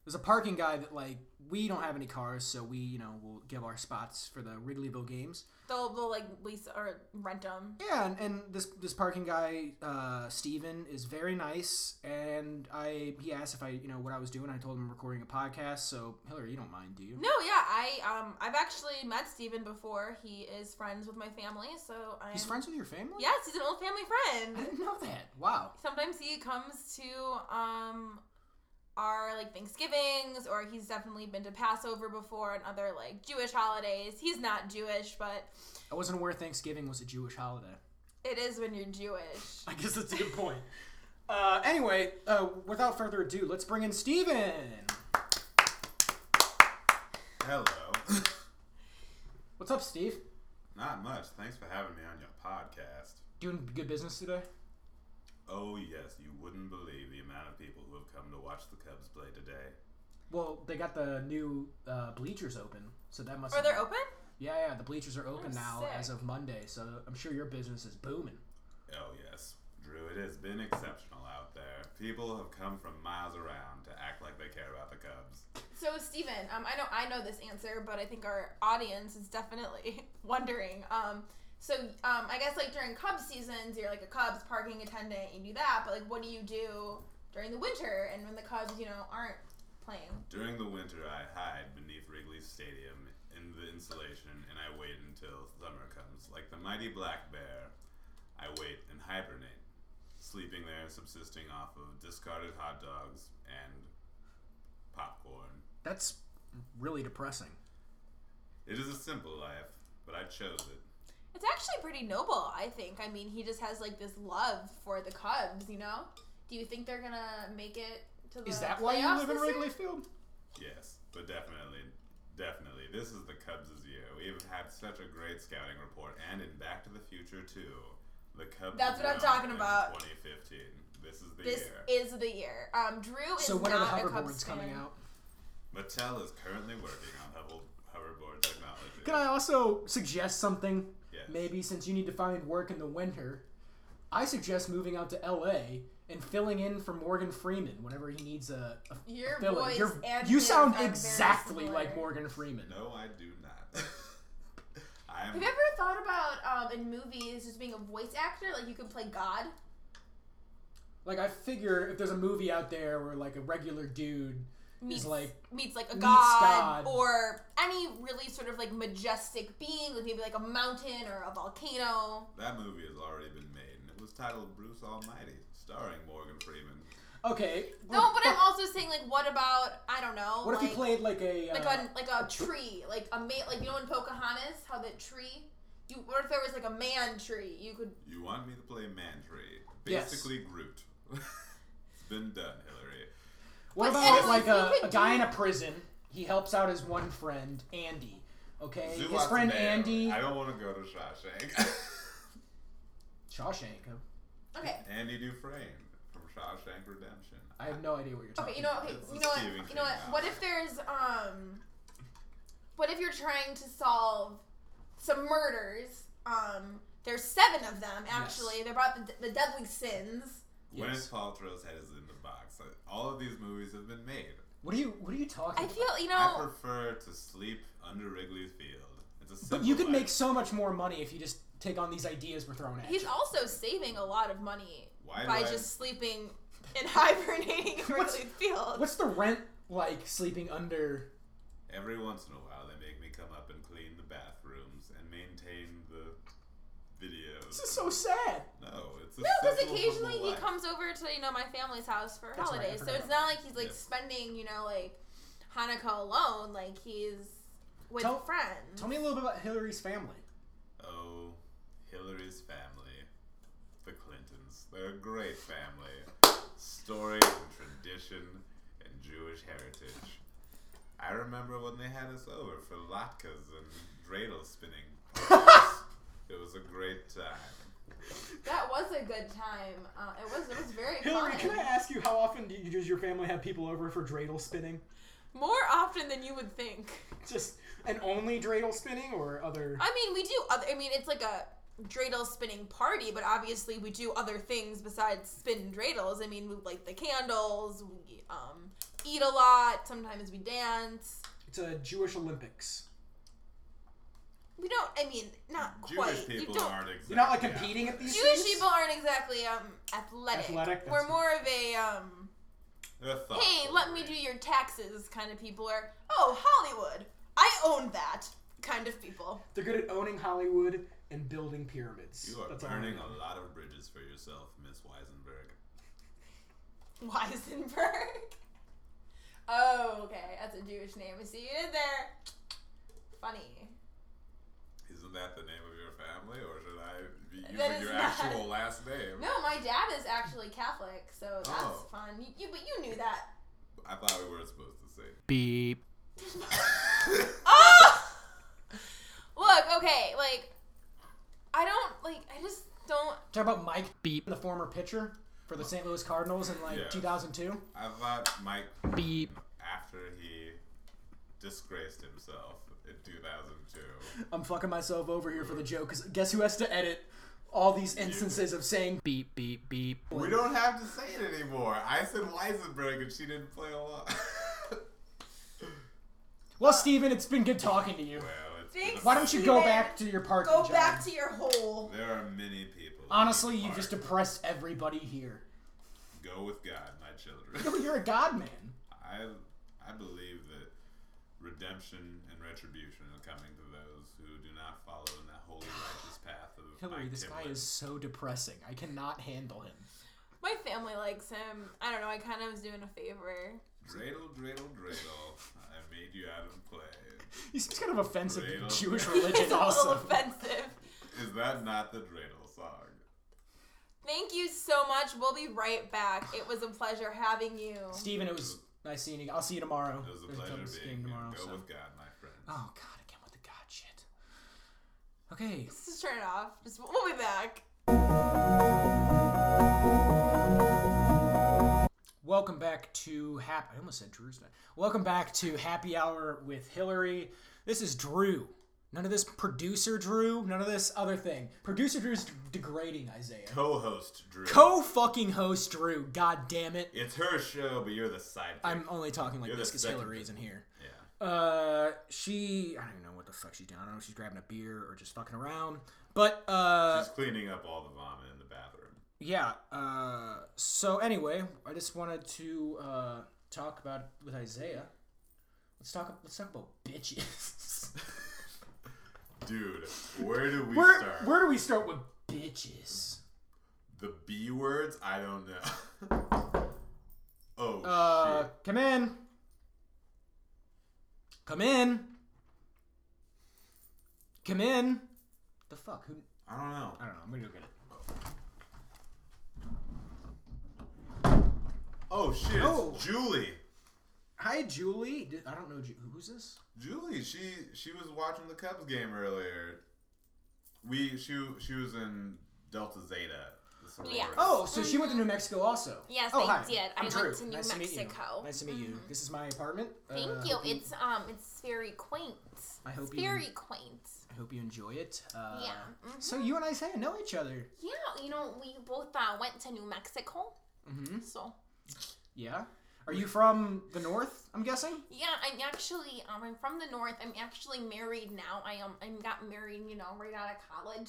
There's a parking guy that like we don't have any cars, so we you know will give our spots for the Wrigleyville games.
They'll, they'll like lease or rent them.
Yeah, and, and this this parking guy, uh, Steven, is very nice. And I he asked if I you know what I was doing. I told him I'm recording a podcast. So Hillary, you don't mind, do you?
No, yeah, I um, I've actually met Steven before. He is friends with my family, so I'm.
He's friends with your family.
Yes, he's an old family
I
friend.
didn't know that. Wow.
Sometimes he comes to um, our like Thanksgivings, or he's definitely been to Passover before and other like Jewish holidays. He's not Jewish, but
I wasn't aware Thanksgiving was a Jewish holiday.
it is when you're Jewish.
I guess that's a good point. Uh, anyway, uh, without further ado, let's bring in Steven.
Hello.
What's up, Steve?
Not much. Thanks for having me on your podcast.
Doing good business today?
Oh yes, you wouldn't believe the amount of people who have come to watch the Cubs play today.
Well, they got the new uh, bleachers open, so that must.
Are they open?
Yeah, yeah, the bleachers are open
Oh,
now
sick.
as of Monday, so I'm sure your business is booming.
Oh, yes. Drew, it has been exceptional out there. People have come from miles around to act like they care about the Cubs.
So Steven, um, I know I know this answer, but I think our audience is definitely wondering. Um, So um, I guess like during Cubs seasons, you're like a Cubs parking attendant, you do that. But like, what do you do during the winter and when the Cubs, you know, aren't playing?
During the winter, I hide beneath Wrigley Stadium in the insulation and I wait until summer comes. Like the mighty black bear, I wait and hibernate, sleeping there, subsisting off of discarded hot dogs and popcorn.
That's really depressing.
It is a simple life, but I chose it.
It's actually pretty noble, I think. I mean, he just has like this love for the Cubs, you know. Do you think they're gonna make it to the
Is that why you
Uh, playoffs
live in
this year?
Wrigley Field?
Yes, but definitely, definitely, this is the Cubs' year. We have had such a great scouting report, and in Back to the Future too. The Cubs.
That's what I'm
won
talking
in
about.
2015. This is the
This
year.
is the year. Um, Drew is
So when are the
not a Cubs
hoverboards
fan.
coming out?
Mattel is currently working on hover- hoverboard technology.
Can I also suggest something?
Yes.
Maybe since you need to find work in the winter, I suggest moving out to LA and filling in for Morgan Freeman whenever he needs a, a, a
Your
filler.
voice
You're-
and
you
his
sound
are very
exactly
similar.
like Morgan Freeman.
No, I do not. I am.
Have you ever thought about um, in movies just being a voice actor? Like you could play God.
Like I figure if there's a movie out there where like a regular dude
Meets,
is like
meets like a
meets
god,
God.
or any really sort of like majestic being, like maybe like a mountain or a volcano.
That movie has already been made, and it was titled Bruce Almighty, starring Morgan Freeman.
okay.
No, but I'm also saying like, what about I don't know?
What if
like,
he played like a
like
uh,
a like a tree, like a ma- like you know in Pocahontas how the tree. You, what if there was like a man tree? You could
You want me to play Mantry,
Yes.
basically Groot. it's been done, Hillary.
What
But
about
anyways,
like a,
you could
a guy
do-
in a prison? He helps out his one friend, Andy. Okay,
Zoo
his
wants
friend
to marry.
Andy
I don't want to go to Shawshank.
Shawshank. huh?
okay.
Andy Dufresne from Shawshank Redemption.
I have no idea what you're talking.
Okay, you know, okay,
It's
you know what,
Stephen
you know what?
King
What if there's um, what if you're trying to solve some murders? Um, there's seven of them actually. They're about the, the deadly sins.
Yes.
Gwyneth Paltrow's head is in the box. Like, All of these movies have been made.
What are you What are you talking?
I
about?
feel you
I
know.
prefer to sleep under Wrigley Field. It's a simple
But you could
life.
make so much more money if you just take on these ideas we're throwing at
He's
you.
also saving a lot of money
Why do
by
I-
just sleeping and hibernating in
What's-
Wrigley Field.
What's the rent like sleeping under?
Every once in a while, they make me come up and clean the bathrooms and maintain the videos.
This is so sad.
no, it's a
No, because
simple,
occasionally
simple
he
life.
comes over to you know my family's house for
That's right, I
holidays, so
forgot
it's
about
not like he's like
Yes.
spending you know like Hanukkah alone. Like he's with
Tell-
friends.
Tell me a little bit about Hillary's family.
Oh, Hillary's family. The Clintons. They're a great family. Story and tradition and Jewish heritage. I remember when they had us over for latkes and dreidel spinning. parties. it was a great time.
That was a good time. Uh, it was. It was very
Hillary,
fun.
can I ask you how often do you, does your family have people over for dreidel spinning?
More often than you would think.
Just and only dreidel spinning or other?
I mean, we do. Other, I mean, it's like a dreidel spinning party, but obviously we do other things besides spin dreidels. I mean, we light the candles. We um, eat a lot. Sometimes we dance.
It's a Jewish Olympics.
We don't. I mean, not
Jewish
quite. you
people
don't.
aren't exactly.
You're not like competing at these
Jewish
things?
people aren't exactly um athletic.
Athletic, that's
We're
it.
more of a um.
They're
Hey,
thoughtful,
let me
right?
do your taxes kind of people. Or oh, Hollywood, I own that kind of people.
They're good at owning Hollywood and building pyramids.
You are
That's all I
burning
know.
a lot of bridges for yourself, Miss Weisenberg.
Weisenberg. Oh, okay. That's a Jewish name. I see you did there. Funny.
Isn't that the name of your family, or should I be
That is
using your
not-
actual last name?
No, my dad is actually Catholic, so that's
Oh.
fun. You, you, but you knew that.
I thought we were supposed to say.
Beep.
Oh! Look, okay, like, I don't, like, I just don't.
Talk about Mike Beep, the former pitcher for the St. Louis Cardinals in like
Yeah.
2002.
I thought Mike
Beep.
after he disgraced himself in 2002.
I'm fucking myself over here for the joke. Cause guess who has to edit all these instances of saying beep beep beep.
We don't have to say it anymore. I said Weisenberg and she didn't play along.
Well, Steven, it's been good talking to you.
well, it's Big
Why don't you go back to your parking
Go
job?
back to your hole.
There are many people. who
Honestly, you
are-
just depressed everybody here.
go with God, my children.
Yeah, but you're a god man.
I I believe that redemption and retribution are coming to those who do not follow in that holy righteous path of
Hillary,
Mike
this guy
Timlin.
is so depressing. I cannot handle him.
My family likes him. I don't know. I kind of was doing a favor.
dreidel, dreidel, dreidel. I made you out of clay.
He seems kind of offensive
Dreidel.
to Jewish
It's
religion,
a little
also.
offensive.
Is that not the dreidel song?
Thank you so much. We'll be right back. It was a pleasure having you.
Steven, it was nice seeing you. I'll see you tomorrow.
It was a
There's
pleasure
Cubs
being
game
here.
tomorrow.
Go
so-
with God, my friend.
Oh god, again with the god shit. Okay,
Just turn it off. Just we'll be back.
welcome back to Happy. I almost said Drew's name. Welcome back to Happy Hour with Hillary. This is Drew. None of this producer Drew. None of this other thing. Producer Drew's degrading Isaiah.
Co-host Drew.
Co fucking host Drew. God damn it.
it's her show, but you're the sidekick.
I'm only talking like
You're the
this because
second
Hillary isn't here.
yeah.
Uh, she. I don't even know what the fuck she's doing. I don't know if she's grabbing a beer or just fucking around. But uh,
She's cleaning up all the vomit in the bathroom.
yeah. Uh, so anyway, I just wanted to uh talk about with Isaiah. Let's talk. Let's talk about bitches.
Dude, where do we
where
start?
Where do we start with bitches?
The B words? I don't know. oh
Uh,
shit.
come in. Come in. Come in. The fuck? Who?
I don't know.
I don't know. I'm gonna go get it.
Oh shit,
No.
it's Julie.
Hi, Julie. Did, I don't know Ju- who's this.
Julie, she she was watching the Cubs game earlier. We she she was in Delta Zeta. The sorority.
Yeah.
Oh, so she went to New Mexico also.
Mm-hmm. Yes,
oh,
I
hi.
did. I
I'm
went
Drew.
to New
nice To meet
Mexico. Mm-hmm.
you. Nice to meet you. This is my apartment.
Thank
Uh,
you.
hope
It's um, it's very quaint.
I hope
it's very
you.
quaint.
I hope you enjoy it. Uh,
Yeah. Mhm.
So you and Isaiah know each other.
Yeah, you know, we both uh, went to New Mexico.
Mhm.
So
Yeah. Are you from the north? I'm guessing.
yeah, I'm actually um, I'm from the north. I'm actually married now. I um, I got married, you know, right out of college.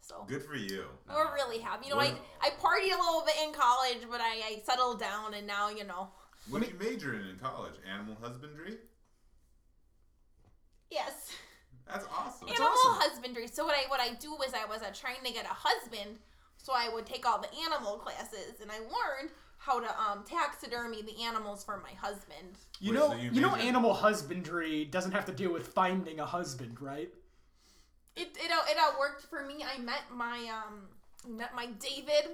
So
Good for you.
we're really happy. You know, I
Well-
I partied a little bit in college, but I, I settled down, and now you know.
What did you major in in college? Animal husbandry?
Yes.
That's awesome.
animal husbandry. So what I what I do was I was uh, trying to get a husband, so I would take all the animal classes, and I learned how to um, taxidermy the animals for my husband.
You
Wait,
know.
so you
you, know,
major-
animal husbandry doesn't have to do with finding a husband, right?
It it all, it all worked for me. I met my um I met my David,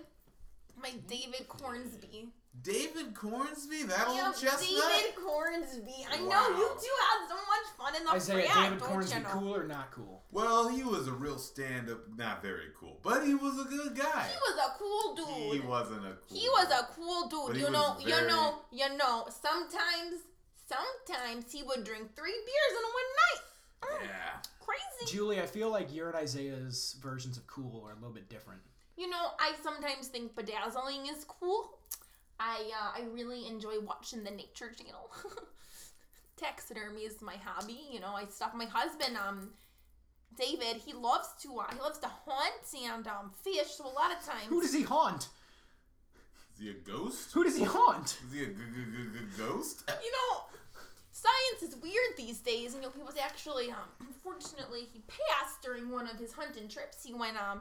my David Cornsby.
David Cornsby, that
Yeah,
old chestnut.
David Cornsby. I know
Oh, Wow.
you two have so much fun in the
Isaiah,
frat,
David
don't
Cornsby,
you know?
cool or not cool?
Well, he was a real stand-up, not very cool, but he was a good guy.
He was a cool dude.
He wasn't a cool.
He was
guy.
a cool dude.
But he
You
was
know, you
very-
know, you know. Sometimes, sometimes he would drink three beers in one night. Mm,
Yeah.
Crazy.
Julie, I feel like your and Isaiah's versions of cool are a little bit different.
You know, I sometimes think bedazzling is cool. I uh, I really enjoy watching the Nature Channel. Taxidermy is my hobby. You know, I stuff my husband. Um, David, he loves to uh, he loves to hunt and um fish. So a lot of times.
Who does he haunt?
Is he a ghost?
Who does he haunt?
Is he a g- g- g- g- ghost?
you know, science is weird these days. And you know, he was actually, um, unfortunately, he passed during one of his hunting trips. He went um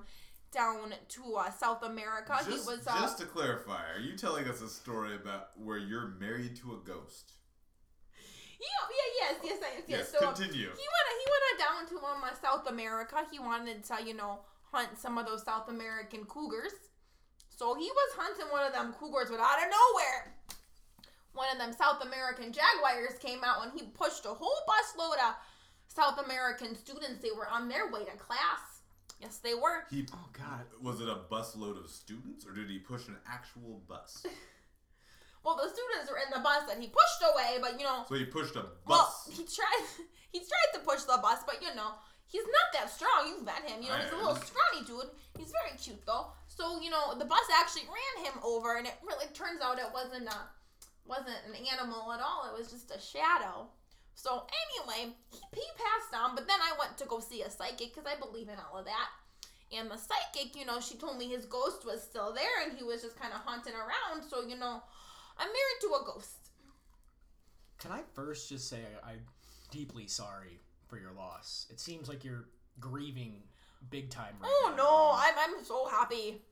down to uh, South America. he
Just,
was uh,
just to clarify, are you telling us a story about where you're married to a ghost?
oh, yeah, yeah, yes, yes, yes, yes.
Yes,
So um,
continue.
he went he went uh, down to um, uh, South America. He wanted to you know hunt some of those South American cougars. So he was hunting one of them cougars, but out of nowhere, one of them South American jaguars came out and he pushed a whole busload of South American students. They were on their way to class. Yes, they were.
He
Oh God.
was it a busload of students, or did he push an actual bus?
Well, the students were in the bus and he pushed away, but you know,
So he pushed a
well,
bus.
he tried he tried to push the bus, but you know, he's not that strong. You've met him. You know,
I
he's a
am.
little scrawny dude. He's very cute though. So you know, the bus actually ran him over, and it really turns out it wasn't a wasn't an animal at all. It was just a shadow. So anyway, he, he passed on, but then I go see a psychic because I believe in all of that. And the psychic, you know, she told me his ghost was still there and he was just kind of haunting around. So, you know, I'm married to a ghost.
Can I first just say I, I'm deeply sorry for your loss? It seems like you're grieving big time right
Oh
now.
no, I'm, I'm so happy.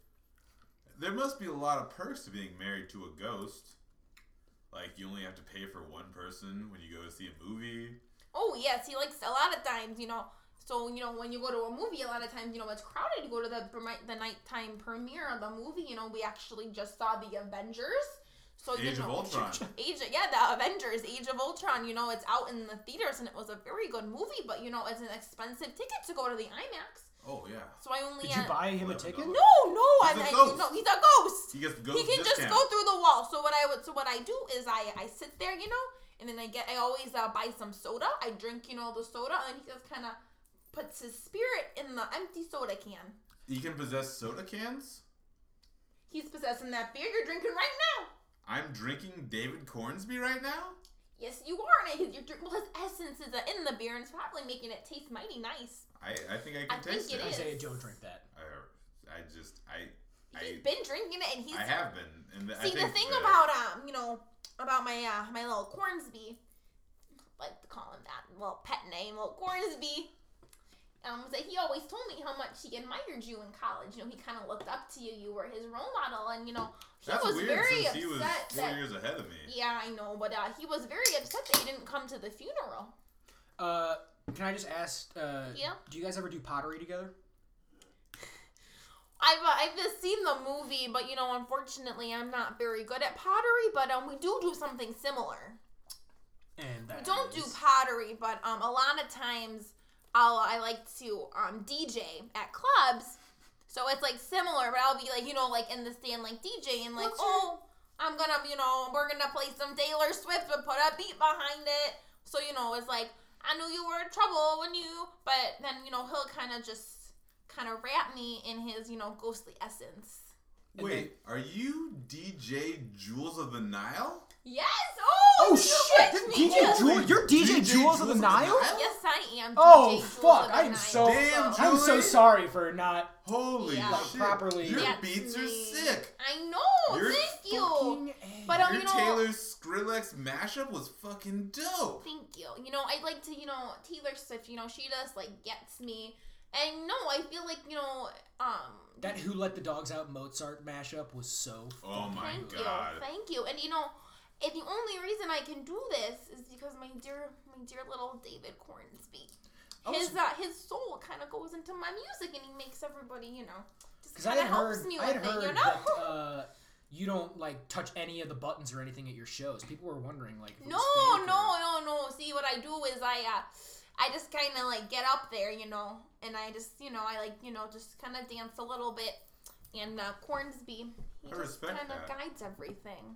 There must be a lot of perks to being married to a ghost. Like you only have to pay for one person when you go to see a movie.
Oh yes, he likes a lot of times, you know. So you know when you go to a movie, a lot of times you know it's crowded. You go to the premi- the nighttime premiere of the movie. You know we actually just saw the Avengers. So you
Age
know,
of Ultron.
Age, yeah, the Avengers, Age of Ultron. You know it's out in the theaters and it was a very good movie, but you know it's an expensive ticket to go to the IMAX.
Oh yeah.
So I only
Did you
had-
buy him a
$11.
ticket?
No, no,
He's
I'm
a
I,
ghost.
no, he's a ghost.
He gets the ghost
He can just
discount.
go through the wall. So what I would, so what I do is I, I sit there, you know, and then I get, I always uh, buy some soda. I drink, you know, the soda, and he just kind of puts his spirit in the empty soda can.
You can possess soda cans.
He's possessing that beer you're drinking right now.
I'm drinking David Cornsby right now.
Yes, you are, and his, your, drink- well, his essence is uh, in the beer, and it's probably making it taste mighty nice.
I, I think I can
I think
taste
it
it.
is.
Isaiah, don't drink that.
I, I just I
He's
I,
been drinking it, and he's
I have been. And th- I
See the
think
thing
that-
about um, you know, about my uh, my little Cornsby, like to call him that little pet name, little Cornsby. Um, was that he always told me how much he admired you in college. You know, he kind of looked up to you. You were his role model, and you know, he
that's
was
weird
very
since
upset
he was four
that.
years ahead of me.
Yeah, I know, but uh, he was very upset that you didn't come to the funeral.
Uh, can I just ask? Uh,
Yeah.
Do you guys ever do pottery together?
I've uh, I've just seen the movie, but you know, unfortunately, I'm not very good at pottery. But um, we do do something similar.
And that
don't do
is-
pottery, but um, a lot of times I'll I like to um DJ at clubs, so it's like similar, but I'll be like you know like in the stand like DJ and like
What's your-
oh I'm gonna you know we're gonna play some Taylor Swift but put a beat behind it, so you know it's like I knew you were in trouble when you, but then you know he'll kind of just kind of wrap me in his you know ghostly essence.
And
Wait, are you DJ Jules of the Nile?
Yes. Oh,
Oh
you
shit!
tricked me.
DJ Jewel, you're DJ,
DJ
Jewels of the
Jewels
Nile.
Yes, I am.
Oh,
DJ Jules of
fuck,
the
I am
Nine.
so-
Damn,
I'm so
Julie?
sorry for not.
Holy
Yeah. Like,
shit!
properly-
your
That's
beats are
me.
sick.
I know.
You're
thank
fucking
you.
A.
But um,
your
you know,
Taylor Skrillex mashup was fucking dope.
thank you. You know, I like to, you know, Taylor Swift. You know, she just like gets me. And no, I feel like you know, um,
That Who Let the Dogs Out Mozart mashup was so.
Oh my
thank
god!
you, thank you. And you know, and the only reason I can do this is because my dear, my dear little David Cornsby, his uh, his soul kind of goes into my music, and he makes everybody, you know, just
Because I
kind of
had
helps
heard,
me
I had
with it,
heard
you know.
that uh, you don't like touch any of the buttons or anything at your shows. People were wondering like. if it
No,
was fake or-
no, no, no. See, what I do is I, uh, I just kind of like get up there, you know, and I just, you know, I like, you know, just kind of dance a little bit. And uh, Cornsby, he
I respect
kind of
that.
guides everything.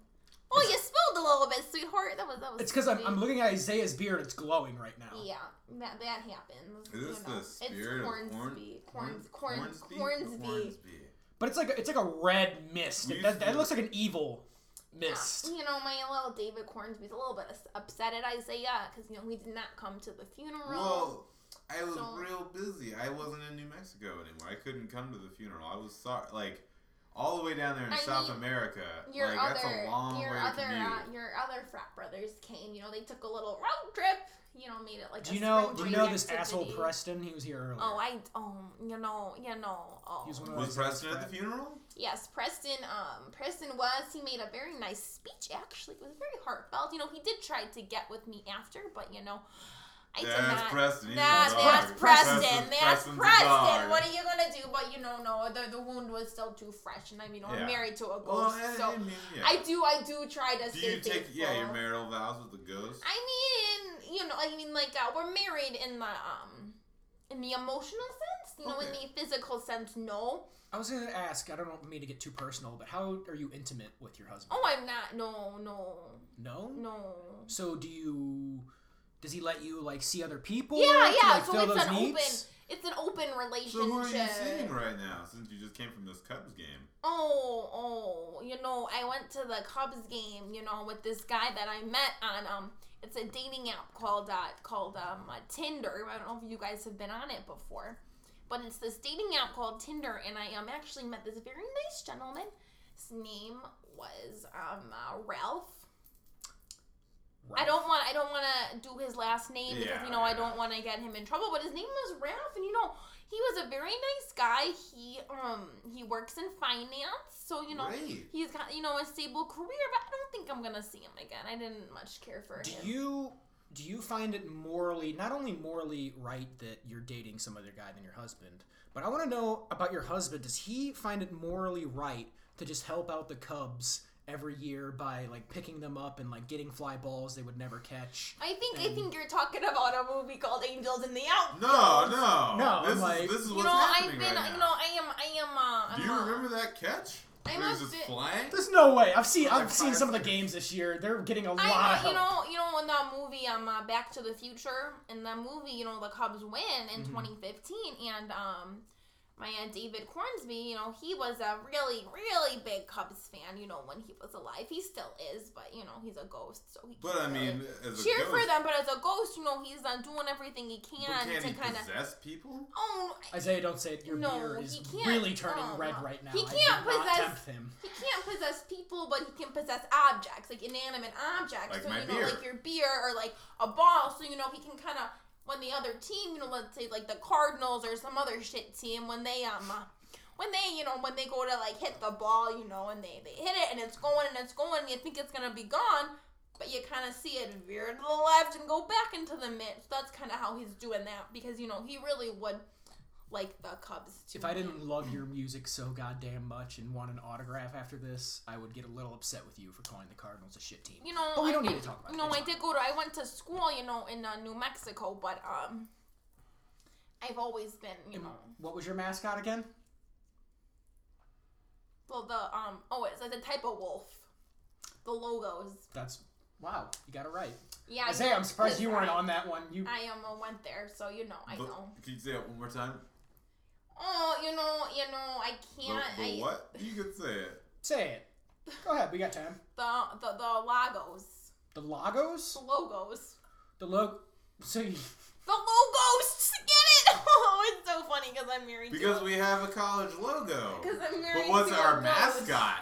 Oh, you spilled a little bit, sweetheart. That was that was.
It's because I'm,
sweet.
I'm looking at Isaiah's beard. It's glowing right now.
Yeah, that that happens.
Is this
you know.
the spirit
it's
of Corn-
Cornsby, Corns,
Corn-
Corns,
Cornsby?
Cornsby.
Cornsby.
But it's like a, it's like a red mist.
We
It- that,
used to-
that looks like an evil mist.
Yeah, you know, my little David Cornsby's a little bit us- upset at Isaiah because you know he did not come to the funeral.
Well, I was
So-
real busy. I wasn't in New Mexico anymore. I couldn't come to the funeral. I was sorry. Like, all the way down there in
I
South
mean,
America.
your
like,
other
that's a long
your
way
other
to commute.
uh, your other frat brothers came. You know, they took a little road trip. You know, made it like.
Do
a
you know?
spring
Do you
break
know this
activity.
asshole Preston? He was here earlier.
Oh, I um, you know, you know, oh.
He was one of those-
was Preston at the funeral?
yes, Preston. Um, Preston was. He made a very nice speech. Actually, it was very heartfelt. You know, he did try to get with me after, but you know, I did
That's
not.
Preston. He's a
That,
dog.
that's Preston.
Preston-
That's
Preston's a
Preston.
dog.
What are you gonna do? But you know, no, the, the wound was still too fresh, and I mean, I'm
Yeah.
married to a ghost,
Well, I,
Oh, so
I mean, yeah.
I do, I do try to
Do
stay
you take,
faithful.
yeah, your marital vows with the ghost?
I mean, you know, I mean, like uh, we're married in the um, in the emotional sense. You know, in
Okay.
the physical sense, no.
I was gonna ask. I don't want me to get too personal, but how are you intimate with your husband?
Oh, I'm not. No, no,
No.
no.
So do you? Does he let you like see other people?
Yeah,
to,
yeah.
like,
so
fill
it's
those
an
needs?
open, it's an open relationship.
so who are you seeing right now since you just came from this Cubs game?
Oh, oh, you know, I went to the Cubs game, you know, with this guy that I met on um it's a dating app called uh, called um, uh, Tinder. I don't know if you guys have been on it before, but it's this dating app called Tinder, and I um actually met this very nice gentleman. His name was um uh, Ralph. I don't want I don't want to do his last name because
Yeah,
you know I
yeah.
don't want to get him in trouble. But his name was Ralph, and you know he was a very nice guy. He um he works in finance, so you know
Right.
he's got you know a stable career. But I don't think I'm gonna see him again. I didn't much care for
Do
him.
you do you find it morally not only morally right that you're dating some other guy than your husband, but I want to know about your husband. Does he find it morally right to just help out the Cubs every year by like picking them up and like getting fly balls they would never catch?
I think I think you're talking about a movie called Angels in the Outfield.
No, no,
No, I'm
This is
like-
this is
You
what's
know I've
happening
been
right
you know
now.
I am I am uh I'm
Do you
uh,
remember that catch?
I
Where he was
must
just
be-
flying.
There's no way. I've seen
Like
I've seen some of the
firefighters.
games this year. They're getting a lot
I
of
know, you
help.
know, you know, in that movie, um, uh, Back to the Future, in that movie, you know, the Cubs win in
Mm-hmm.
2015, and um, my aunt David Cornsby, you know, he was a really, really big Cubs fan, you know, when he was alive. He still is, but you know, he's a ghost, so he.
But I
can't
mean,
really
as a
cheer
ghost,
for them, but as a ghost, you know, he's uh, doing everything he
but
can
can
to
he
kind of.
possess people?
Oh,
Isaiah, don't say it. Your
No,
beer
he
is
can't.
really turning
Oh,
red
no.
right now.
He
I
can't
did not
possess-
tempt him.
He can't possess people, but he can possess objects, like inanimate objects.
Like
so
my
you know,
beer.
like your beer or like a ball. So you know he can kind of when the other team, you know, let's say like the Cardinals or some other shit team, when they um. uh, When they, you know, when they go to like hit the ball, you know, and they, they hit it and it's going and it's going, and you think it's gonna be gone, but you kind of see it veer to the left and go back into the mid. So that's kind of how he's doing that because you know he really would like the Cubs. To
If I
win.
didn't love your music so goddamn much and want an autograph after this, I would get a little upset with you for calling the Cardinals a shit team.
you know,
But Oh, we
I
don't need
did-
to talk about
You know,
it.
I did go to. I went to school, you know, in uh, New Mexico, but um, I've always been, you know,
What was your mascot again?
the the um. Oh, it's like the type of wolf. The logos.
That's wow, you got it right.
Yeah, I
Isaiah, I'm surprised you weren't
I,
on that one. You
I um uh, went there, so you know, I
The-
know.
Can you say it one more time?
Oh, you know, you know, I
The,
can't.
the
I,
what? You could say it.
say it. Go ahead, we got time.
The the the logos.
The Lagos?
The logos.
The log so you,
The logos. Get it? Oh, it's so funny because I'm married. to
Because
a-
we have a college logo.
'Cause I'm
But
married
what's
to
our
a ghost.
mascot?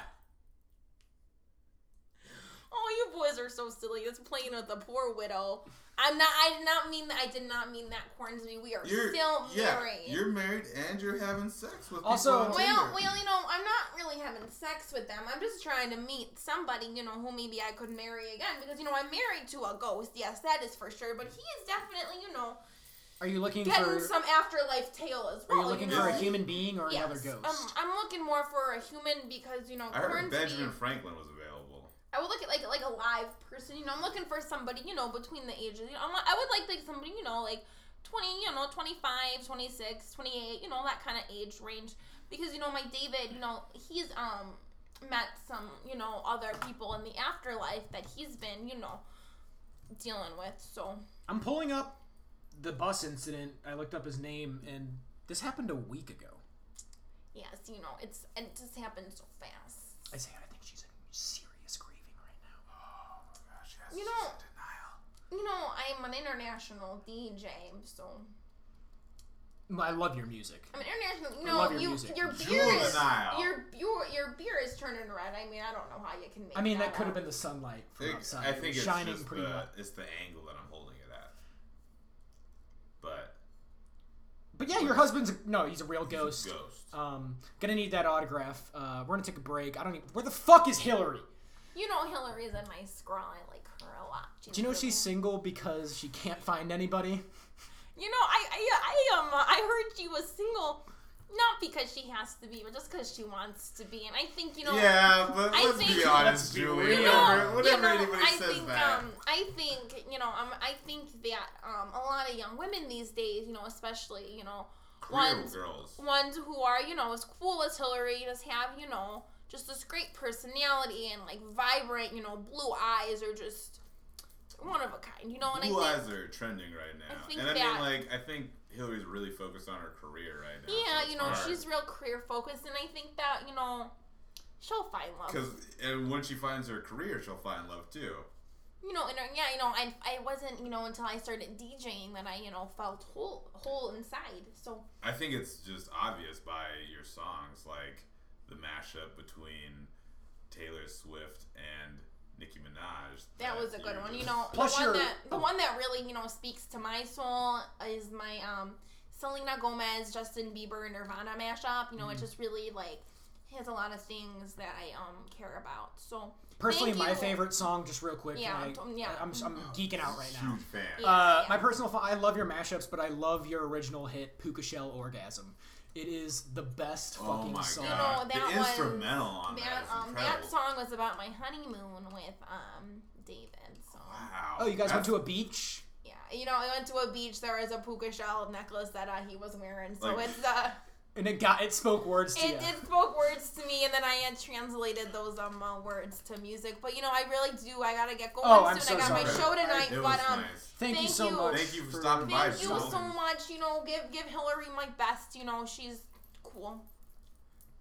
Oh, you boys are so silly. It's playing with the poor widow. I'm not. I did not mean that. I did not mean that, Cornsby. We are
You're
still
yeah,
married.
You're married and you're having sex with
Also-
people on
well,
Tinder.
well, you know, I'm not really having sex with them. I'm just trying to meet somebody, you know, who maybe I could marry again because you know I'm married to a ghost. Yes, that is for sure. But he is definitely, you know,
are you looking
getting
for
some afterlife tale as
are
well.
you looking
know?
for a human being or
Yes.
another ghost?
Um, I'm looking more for a human because you know
I heard
Cornsby.
Benjamin Franklin was available.
I would look at like like a live person. You know, I'm looking for somebody, you know, between the ages. You know, I'm, like- I would like like somebody, you know, like 20, you know, 25, 26, 28, you know, that kind of age range because you know, my David, you know, he's um met some, you know, other people in the afterlife that he's been, you know, dealing with. So,
I'm pulling up the bus incident. I looked up his name and this happened a week ago.
yes, you know, it's and it just happened so fast.
Isaiah, I think she's in serious grieving right now.
You know, you know, I'm an international DJ, so
I love your music.
I mean, international. You
I
know,
love your
you
music.
your beer is
Juvenile.
your your your beer is turning red. I mean, I don't know how you can make.
I mean, that
up.
could have been the sunlight
I
from
think,
outside.
I
It
think
was
it's
shining
just
pretty
the,
light.
it's the angle that I'm holding it at. But
But yeah, your husband's a- no, he's a real ghost.
ghost.
Um, gonna need that autograph. Uh, we're gonna take a break. I don't even. Where the fuck is Hillary?
You know, Hillary's in my scroll. I like her a lot.
Do you know
really-
she's single because she can't find anybody?
You know, I I I um uh, I heard she was single, not because she has to be, but just because she wants to be. And I think you know.
yeah, but
I
let's
think-
be honest,
be
Julie.
real.
You know,
Whatever, whatever
you know,
anybody
I
says
think,
that.
Um, I think you know. Um, I think that um, a lot of young women these days, you know, especially you know,
Real
ones
girls.
ones who are, you know, as cool as Hillary, just have, you know, just this great personality and like vibrant, you know, blue eyes are just one of a kind, you know. And
Blue
I think,
eyes are trending right now,
think
and I
that-
mean, like, I think Hillary's really focused on her career right now.
yeah, you know,
she's.
she's real career focused, and I think that, you know, she'll find love.
Because and when she finds her career, she'll find love too.
you know, and uh, yeah, you know, I, I wasn't, you know, until I started DJing that I, you know, felt whole whole inside. So
I think it's just obvious by your songs, like the mashup between Taylor Swift and Nicki Minaj.
that was a good
you
one. You
just-
know,
Plus
the one
your-
that the one that really, you know, speaks to my soul is my um Selena Gomez, Justin Bieber, Nirvana mashup. You know,
Mm.
it just really like has a lot of things that I um care about. So
Personally,
thank
my
you.
favorite song, just real quick.
Yeah,
like,
um, yeah.
I'm, I'm geeking out right now.
huge fan.
Yeah,
Uh,
yeah.
my personal, fa- I love your mashups, but I love your original hit, Puka Shell Orgasm. It is the best
Oh
fucking
my
song.
god,
No, no, that
the
one-
instrumental on Oh, that,
that
is
um
incredible.
that song was about my honeymoon with um David. So
Wow.
Oh, you guys went
That's-
to a beach?
yeah, you know, I went to a beach. There was a puka shell necklace that uh, he was wearing. So
Like-
it's uh,
And it got it spoke words to
it,
you.
it spoke words to me, and then I had translated those um uh, words to music. But you know, I really do. I gotta get going
Oh, I'm
soon.
so
I got my
sorry.
show tonight,
It was
but um.
nice.
thank, you
thank
so
you.
much.
Thank you for stopping by,
Thank you
Sheldon.
so much. You know, give give Hillary my best. You know, she's cool.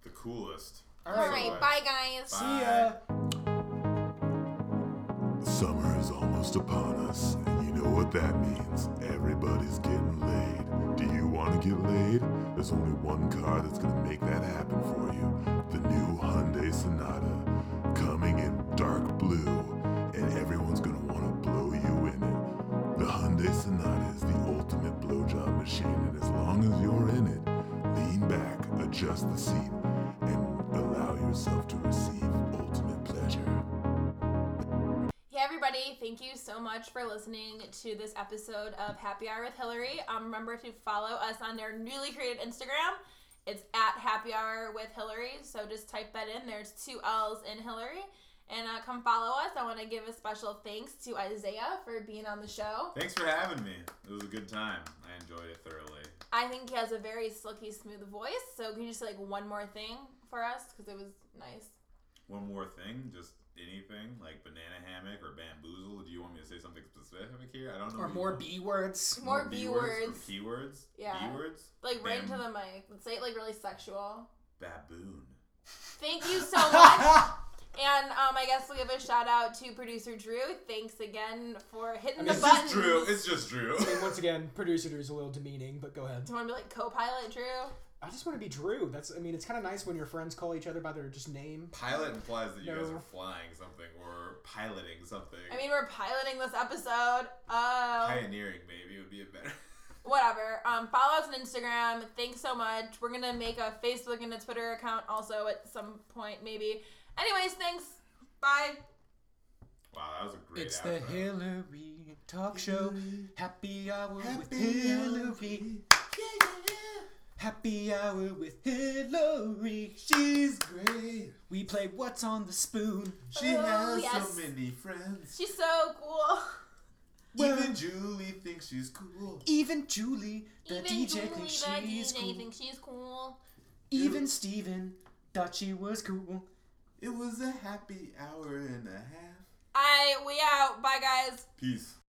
The coolest.
All
All
right.
right,
Bye.
bye guys.
See ya.
Summer is almost upon us, and you know what that means. Everybody's getting laid. Do you want to get laid? There's only one car that's going to make that happen for you the new Hyundai Sonata, coming in dark blue, and everyone's going to want to blow you in it. The Hyundai Sonata is the ultimate blowjob machine, and as long as you're in it, lean back, adjust the seat, and allow yourself to receive ultimate pleasure.
Hey everybody, thank you so much for listening to this episode of Happy Hour with Hillary. Um, remember to follow us on their newly created Instagram. It's at Happy Hour with Hillary. So just type that in. There's two L's in Hillary. And uh, come follow us. I want to give a special thanks to Isaiah for being on the show.
Thanks for having me. It was a good time. I enjoyed it thoroughly.
I think he has a very silky, smooth voice. So can you just say like one more thing for us? Because it was nice.
One more thing, just anything like banana hammock or bamboozle. Do you want me to say something specific here? I don't know.
Or
what
more
you-
B words.
More, B words.
or keywords.
Yeah.
B words.
Like right
Bam-
into the mic. Say it like really sexual.
baboon.
Thank you so much. and um, I guess we'll give a shout out to producer Drew. Thanks again for hitting the
It's
button.
just Drew. It's just Drew.
And once again, producer is a little demeaning, but go ahead.
Do you want to be like co-pilot Drew?
I just want to be Drew. That's I mean, it's kind of nice when your friends call each other by their just name.
Pilot implies that you guys
No.
are flying something or piloting something.
I mean, we're piloting this episode. Oh,
pioneering maybe would be a better.
whatever. Um, follow us on Instagram. Thanks so much. We're gonna make a Facebook and a Twitter account also at some point maybe. Anyways, thanks. Bye.
Wow, that was a great.
It's the
outro.
Hillary Talk Show. Happy hour with Hillary. Happy hour with Hillary. She's great. We play What's on the Spoon.
She
Oh,
has
yes.
so many friends.
She's so cool.
Even Julie thinks she's cool.
Even Julie, the
Even
DJ,
Julie,
thinks
the
she's
DJ,
cool.
thinks she's cool.
Even Steven thought she was cool.
It was a happy hour and a half.
I we out. Bye guys.
Peace.